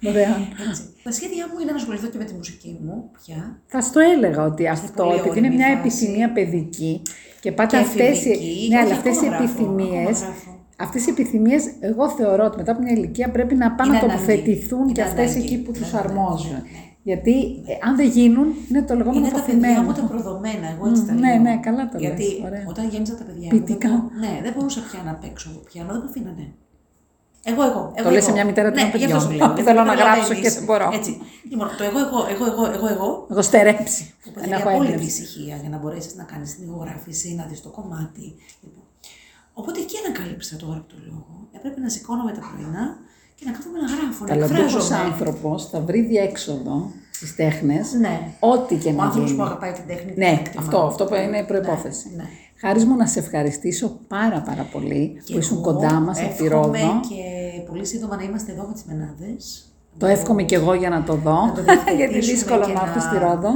[SPEAKER 2] Ωραία.
[SPEAKER 3] Έτσι. Τα σχέδιά μου είναι να ασχοληθώ και με τη μουσική μου πια.
[SPEAKER 2] Θα στο έλεγα ότι αυτό,
[SPEAKER 3] πολύ
[SPEAKER 2] επειδή είναι μια
[SPEAKER 3] όρημη φάση.
[SPEAKER 2] επιθυμία παιδική και πάτε
[SPEAKER 3] Και
[SPEAKER 2] αυτέ
[SPEAKER 3] εφηβική,
[SPEAKER 2] οι, ναι,
[SPEAKER 3] και
[SPEAKER 2] αλλά
[SPEAKER 3] όχι,
[SPEAKER 2] αυτές οι
[SPEAKER 3] ακόμα γράφω,
[SPEAKER 2] επιθυμίες.
[SPEAKER 3] ακόμα γράφω.
[SPEAKER 2] Αυτές οι επιθυμίες, εγώ θεωρώ ότι μετά από μια ηλικία πρέπει να πάνε
[SPEAKER 3] Είναι
[SPEAKER 2] να
[SPEAKER 3] ανάγκη.
[SPEAKER 2] τοποθετηθούν
[SPEAKER 3] Είναι
[SPEAKER 2] και αυτές
[SPEAKER 3] ανάγκη.
[SPEAKER 2] εκεί που
[SPEAKER 3] Ναι,
[SPEAKER 2] τους
[SPEAKER 3] ναι, ναι,
[SPEAKER 2] αρμόζουν.
[SPEAKER 3] ναι, ναι.
[SPEAKER 2] Γιατί ε, αν δεν γίνουν, είναι το λεγόμενο
[SPEAKER 3] Είναι τα παιδιά μου
[SPEAKER 2] αποθυμένο.
[SPEAKER 3] τα προδομένα, εγώ έτσι τα
[SPEAKER 2] Μμμ,
[SPEAKER 3] λέω.
[SPEAKER 2] ναι, ναι, καλά τα λες,
[SPEAKER 3] Γιατί
[SPEAKER 2] ωραία.
[SPEAKER 3] όταν γέμιζα τα παιδιά
[SPEAKER 2] Ποιητικά.
[SPEAKER 3] μου. δεν μπο- Ναι, δεν μπορούσα πια να παίξω πιάνο, δεν με αφήνανε. Εγώ, εγώ. εγώ
[SPEAKER 2] λες
[SPEAKER 3] εγώ.
[SPEAKER 2] σε μια μητέρα των
[SPEAKER 3] ναι,
[SPEAKER 2] παιδιών
[SPEAKER 3] γι' αυτό σου λέω,
[SPEAKER 2] που
[SPEAKER 3] γιατί
[SPEAKER 2] θέλω να
[SPEAKER 3] καταλαβαίνεις.
[SPEAKER 2] γράψω και δεν μπορώ.
[SPEAKER 3] Έτσι. Λοιπόν, το εγώ, εγώ, εγώ, εγώ, εγώ, εγώ
[SPEAKER 2] Εγώ στερέψει.
[SPEAKER 3] που
[SPEAKER 2] Δεν
[SPEAKER 3] παίρνει
[SPEAKER 2] έχω
[SPEAKER 3] απόλυτη
[SPEAKER 2] έμπνευση.
[SPEAKER 3] ησυχία για να μπορέσεις να κάνεις την ηχογράφηση, να δεις το κομμάτι. Λοιπόν. Οπότε εκεί ανακάλυψα το γραπτό λόγο. Έπρεπε να σηκώνομαι τα πρωινά και να κάθομαι να γράφω. να
[SPEAKER 2] Ταλαντούχος
[SPEAKER 3] εκφράζομαι.
[SPEAKER 2] άνθρωπος θα βρει διέξοδο στις τέχνες,
[SPEAKER 3] Ναι.
[SPEAKER 2] ό,τι και
[SPEAKER 3] Ο
[SPEAKER 2] να
[SPEAKER 3] άνθρωπος
[SPEAKER 2] γίνει.
[SPEAKER 3] που αγαπάει την τέχνη. την
[SPEAKER 2] Ναι,
[SPEAKER 3] εκτιμά.
[SPEAKER 2] αυτό, αυτό που είναι η προϋπόθεση.
[SPEAKER 3] Ναι, ναι.
[SPEAKER 2] Χάρης μου να σε ευχαριστήσω πάρα πάρα πολύ
[SPEAKER 3] Και
[SPEAKER 2] που ήσουν
[SPEAKER 3] εγώ
[SPEAKER 2] κοντά μας από τη
[SPEAKER 3] εύχομαι
[SPEAKER 2] Ρόδο.
[SPEAKER 3] και πολύ σύντομα να είμαστε εδώ με τις Μενάδες.
[SPEAKER 2] Το εύχομαι και εγώ για να το δω,
[SPEAKER 3] Να το διευθετήσουμε
[SPEAKER 2] γιατί δύσκολο
[SPEAKER 3] και
[SPEAKER 2] να έρθω
[SPEAKER 3] να- Ε,
[SPEAKER 2] στη Ρόδο,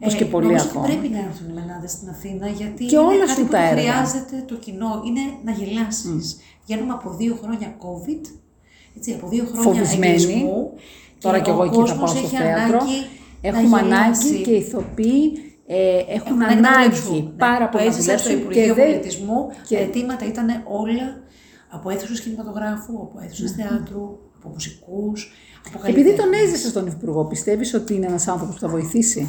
[SPEAKER 2] όπως και πολλοί
[SPEAKER 3] νομίζω ότι
[SPEAKER 2] ακόμα.
[SPEAKER 3] πρέπει να έρθουν οι μενάδες στην Αθήνα, γιατί
[SPEAKER 2] Και
[SPEAKER 3] είναι
[SPEAKER 2] όλα
[SPEAKER 3] κάτι
[SPEAKER 2] σου
[SPEAKER 3] που
[SPEAKER 2] τα
[SPEAKER 3] το
[SPEAKER 2] έργα. Mm.
[SPEAKER 3] χρειάζεται το κοινό. Είναι να γελάσεις. Βγαίνουμε από δύο χρόνια COVID, έτσι, από δύο χρόνια
[SPEAKER 2] Φοβισμένοι.
[SPEAKER 3] εγκλισμού.
[SPEAKER 2] Τώρα κι
[SPEAKER 3] ο
[SPEAKER 2] εγώ εκεί θα πάω
[SPEAKER 3] κόσμος
[SPEAKER 2] στο
[SPEAKER 3] έχει
[SPEAKER 2] θέατρο.
[SPEAKER 3] ανάγκη να
[SPEAKER 2] Έχουμε ανάγκη
[SPEAKER 3] γελάσει.
[SPEAKER 2] και οι ηθοποιοί ε, έχουν,
[SPEAKER 3] Έχουν να δουλέψουν.
[SPEAKER 2] ανάγκη
[SPEAKER 3] Ναι.
[SPEAKER 2] πάρα πολύ
[SPEAKER 3] Το
[SPEAKER 2] να
[SPEAKER 3] έζησα στο
[SPEAKER 2] δουλέψουν και
[SPEAKER 3] Υπουργείο
[SPEAKER 2] δεν
[SPEAKER 3] Πολιτισμού.
[SPEAKER 2] και-
[SPEAKER 3] Τα αιτήματα ήταν όλα από αίθουσες κινηματογράφου, από αίθουσες θεάτρου, από μουσικούς, από
[SPEAKER 2] Και Ναι. Επειδή τον
[SPEAKER 3] καλλιτέχνες.
[SPEAKER 2] έζησε τον Υπουργό, πιστεύεις ότι είναι ένας άνθρωπος που θα βοηθήσει.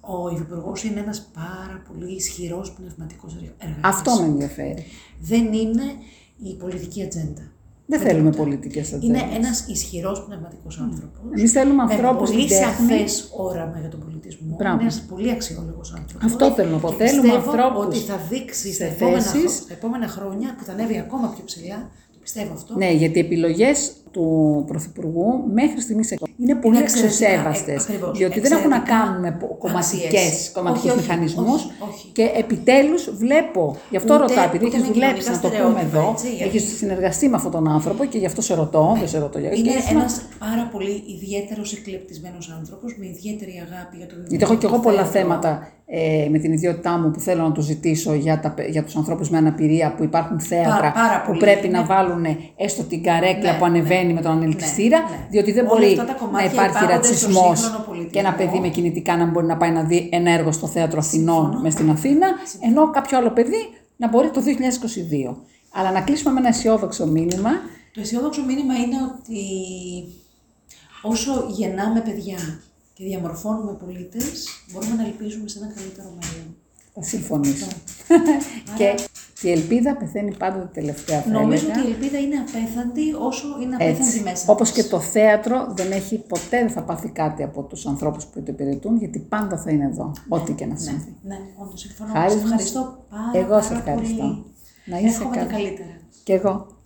[SPEAKER 3] Ο Υφυπουργός είναι ένας πάρα πολύ ισχυρός πνευματικός εργατής.
[SPEAKER 2] Αυτό με ενδιαφέρει.
[SPEAKER 3] Δεν είναι η πολιτική ατζέντα.
[SPEAKER 2] Δεν
[SPEAKER 3] Με
[SPEAKER 2] θέλουμε
[SPEAKER 3] τίποτα.
[SPEAKER 2] πολιτικέ ατζέντε.
[SPEAKER 3] Είναι ένας ισχυρός πνευματικός άνθρωπος.
[SPEAKER 2] Εμείς θέλουμε
[SPEAKER 3] με
[SPEAKER 2] ανθρώπους
[SPEAKER 3] πολύ
[SPEAKER 2] στην τέχνη.
[SPEAKER 3] σαφές όραμα για τον πολιτισμό.
[SPEAKER 2] Μπράβο.
[SPEAKER 3] Είναι ένας πολύ αξιόλογος άνθρωπος.
[SPEAKER 2] Αυτό θέλω να πω.
[SPEAKER 3] Και
[SPEAKER 2] Θέλουμε
[SPEAKER 3] πιστεύω
[SPEAKER 2] ανθρώπους
[SPEAKER 3] ότι θα δείξει
[SPEAKER 2] σε
[SPEAKER 3] στα επόμενα, χρο-
[SPEAKER 2] θέσεις.
[SPEAKER 3] στα επόμενα χρόνια που θα ανέβει ακόμα πιο ψηλά. Το πιστεύω αυτό.
[SPEAKER 2] Ναι, γιατί οι επιλογές του Πρωθυπουργού μέχρι στιγμής είναι πολύ
[SPEAKER 3] εξαιρετικά,
[SPEAKER 2] εξωσέβαστες.
[SPEAKER 3] ε, ακριβώς,
[SPEAKER 2] Διότι δεν έχουν να
[SPEAKER 3] εξαιρετικά
[SPEAKER 2] κάνουν με πο- κομματικές,
[SPEAKER 3] αξίες.
[SPEAKER 2] κομματικούς
[SPEAKER 3] Όχι, όχι,
[SPEAKER 2] μηχανισμούς
[SPEAKER 3] όχι, όχι.
[SPEAKER 2] Και επιτέλους βλέπω, γι' αυτό
[SPEAKER 3] Ούτε-
[SPEAKER 2] ρωτάω, επειδή
[SPEAKER 3] ούτε
[SPEAKER 2] έχεις
[SPEAKER 3] με
[SPEAKER 2] δουλέψει, να
[SPEAKER 3] κοινωνικά
[SPEAKER 2] το πούμε
[SPEAKER 3] στερεότυπα,
[SPEAKER 2] εδώ,
[SPEAKER 3] έτσι, γιατί-
[SPEAKER 2] έχει συνεργαστεί με αυτόν τον άνθρωπο και γι' αυτό σε ρωτώ, δεν σε ρωτώ για
[SPEAKER 3] Είναι
[SPEAKER 2] και ήσουν-
[SPEAKER 3] ένας πάρα πολύ ιδιαίτερος εκλεπτισμένος άνθρωπος με ιδιαίτερη αγάπη για το βιβλίο.
[SPEAKER 2] Γιατί έχω και
[SPEAKER 3] το
[SPEAKER 2] εγώ πολλά
[SPEAKER 3] θέατρο.
[SPEAKER 2] θέματα ε, με την ιδιότητά μου που θέλω να του ζητήσω για, τα, πε- για τους ανθρώπους με αναπηρία που υπάρχουν θέατρα
[SPEAKER 3] Πάρα- πάρα
[SPEAKER 2] που
[SPEAKER 3] πολύ,
[SPEAKER 2] πρέπει να
[SPEAKER 3] ναι.
[SPEAKER 2] βάλουν έστω την καρέκλα
[SPEAKER 3] Ναι,
[SPEAKER 2] που ανεβαίνει
[SPEAKER 3] ναι.
[SPEAKER 2] με τον ανελκυστήρα,
[SPEAKER 3] Ναι, ναι.
[SPEAKER 2] διότι δεν
[SPEAKER 3] Όλα
[SPEAKER 2] μπορεί
[SPEAKER 3] αυτά τα κομμάτια
[SPEAKER 2] να υπάρχει
[SPEAKER 3] υπάρχονται στο
[SPEAKER 2] ρατσισμός
[SPEAKER 3] σύγχρονο πολιτισμό.
[SPEAKER 2] και ένα παιδί με κινητικά να μπορεί να πάει να δει ένα έργο στο θέατρο Αθηνών
[SPEAKER 3] Συμφωνώ.
[SPEAKER 2] μες στην Αθήνα, ενώ κάποιο άλλο παιδί να μπορεί το 2022. Αλλά να κλείσουμε με ένα αισιόδοξο μήνυμα.
[SPEAKER 3] Το αισιόδοξο μήνυμα είναι ότι όσο γεννάμε παιδιά και διαμορφώνουμε πολίτες, μπορούμε να ελπίζουμε σε ένα καλύτερο μέλλον.
[SPEAKER 2] Θα συμφωνήσω. και, και η ελπίδα πεθαίνει πάντοτε τελευταία, θα
[SPEAKER 3] Νομίζω
[SPEAKER 2] έλεγα.
[SPEAKER 3] ότι η ελπίδα είναι απέθαντη όσο είναι απέθαντη
[SPEAKER 2] Έτσι.
[SPEAKER 3] μέσα.
[SPEAKER 2] Όπως
[SPEAKER 3] μας.
[SPEAKER 2] και το θέατρο δεν έχει ποτέ δεν θα πάθει κάτι από τους ανθρώπους που το υπηρετούν γιατί πάντα θα είναι εδώ, ό,τι και να συμβεί.
[SPEAKER 3] Ναι, όντως συμφωνώ.
[SPEAKER 2] Χάρη
[SPEAKER 3] Σε
[SPEAKER 2] μας.
[SPEAKER 3] ευχαριστώ πάρα,
[SPEAKER 2] Εγώ σε
[SPEAKER 3] πάρα
[SPEAKER 2] ευχαριστώ.
[SPEAKER 3] πολύ.
[SPEAKER 2] Να είσαι
[SPEAKER 3] Εύχομαι τα
[SPEAKER 2] καλά.
[SPEAKER 3] καλύτερα.
[SPEAKER 2] Και εγώ.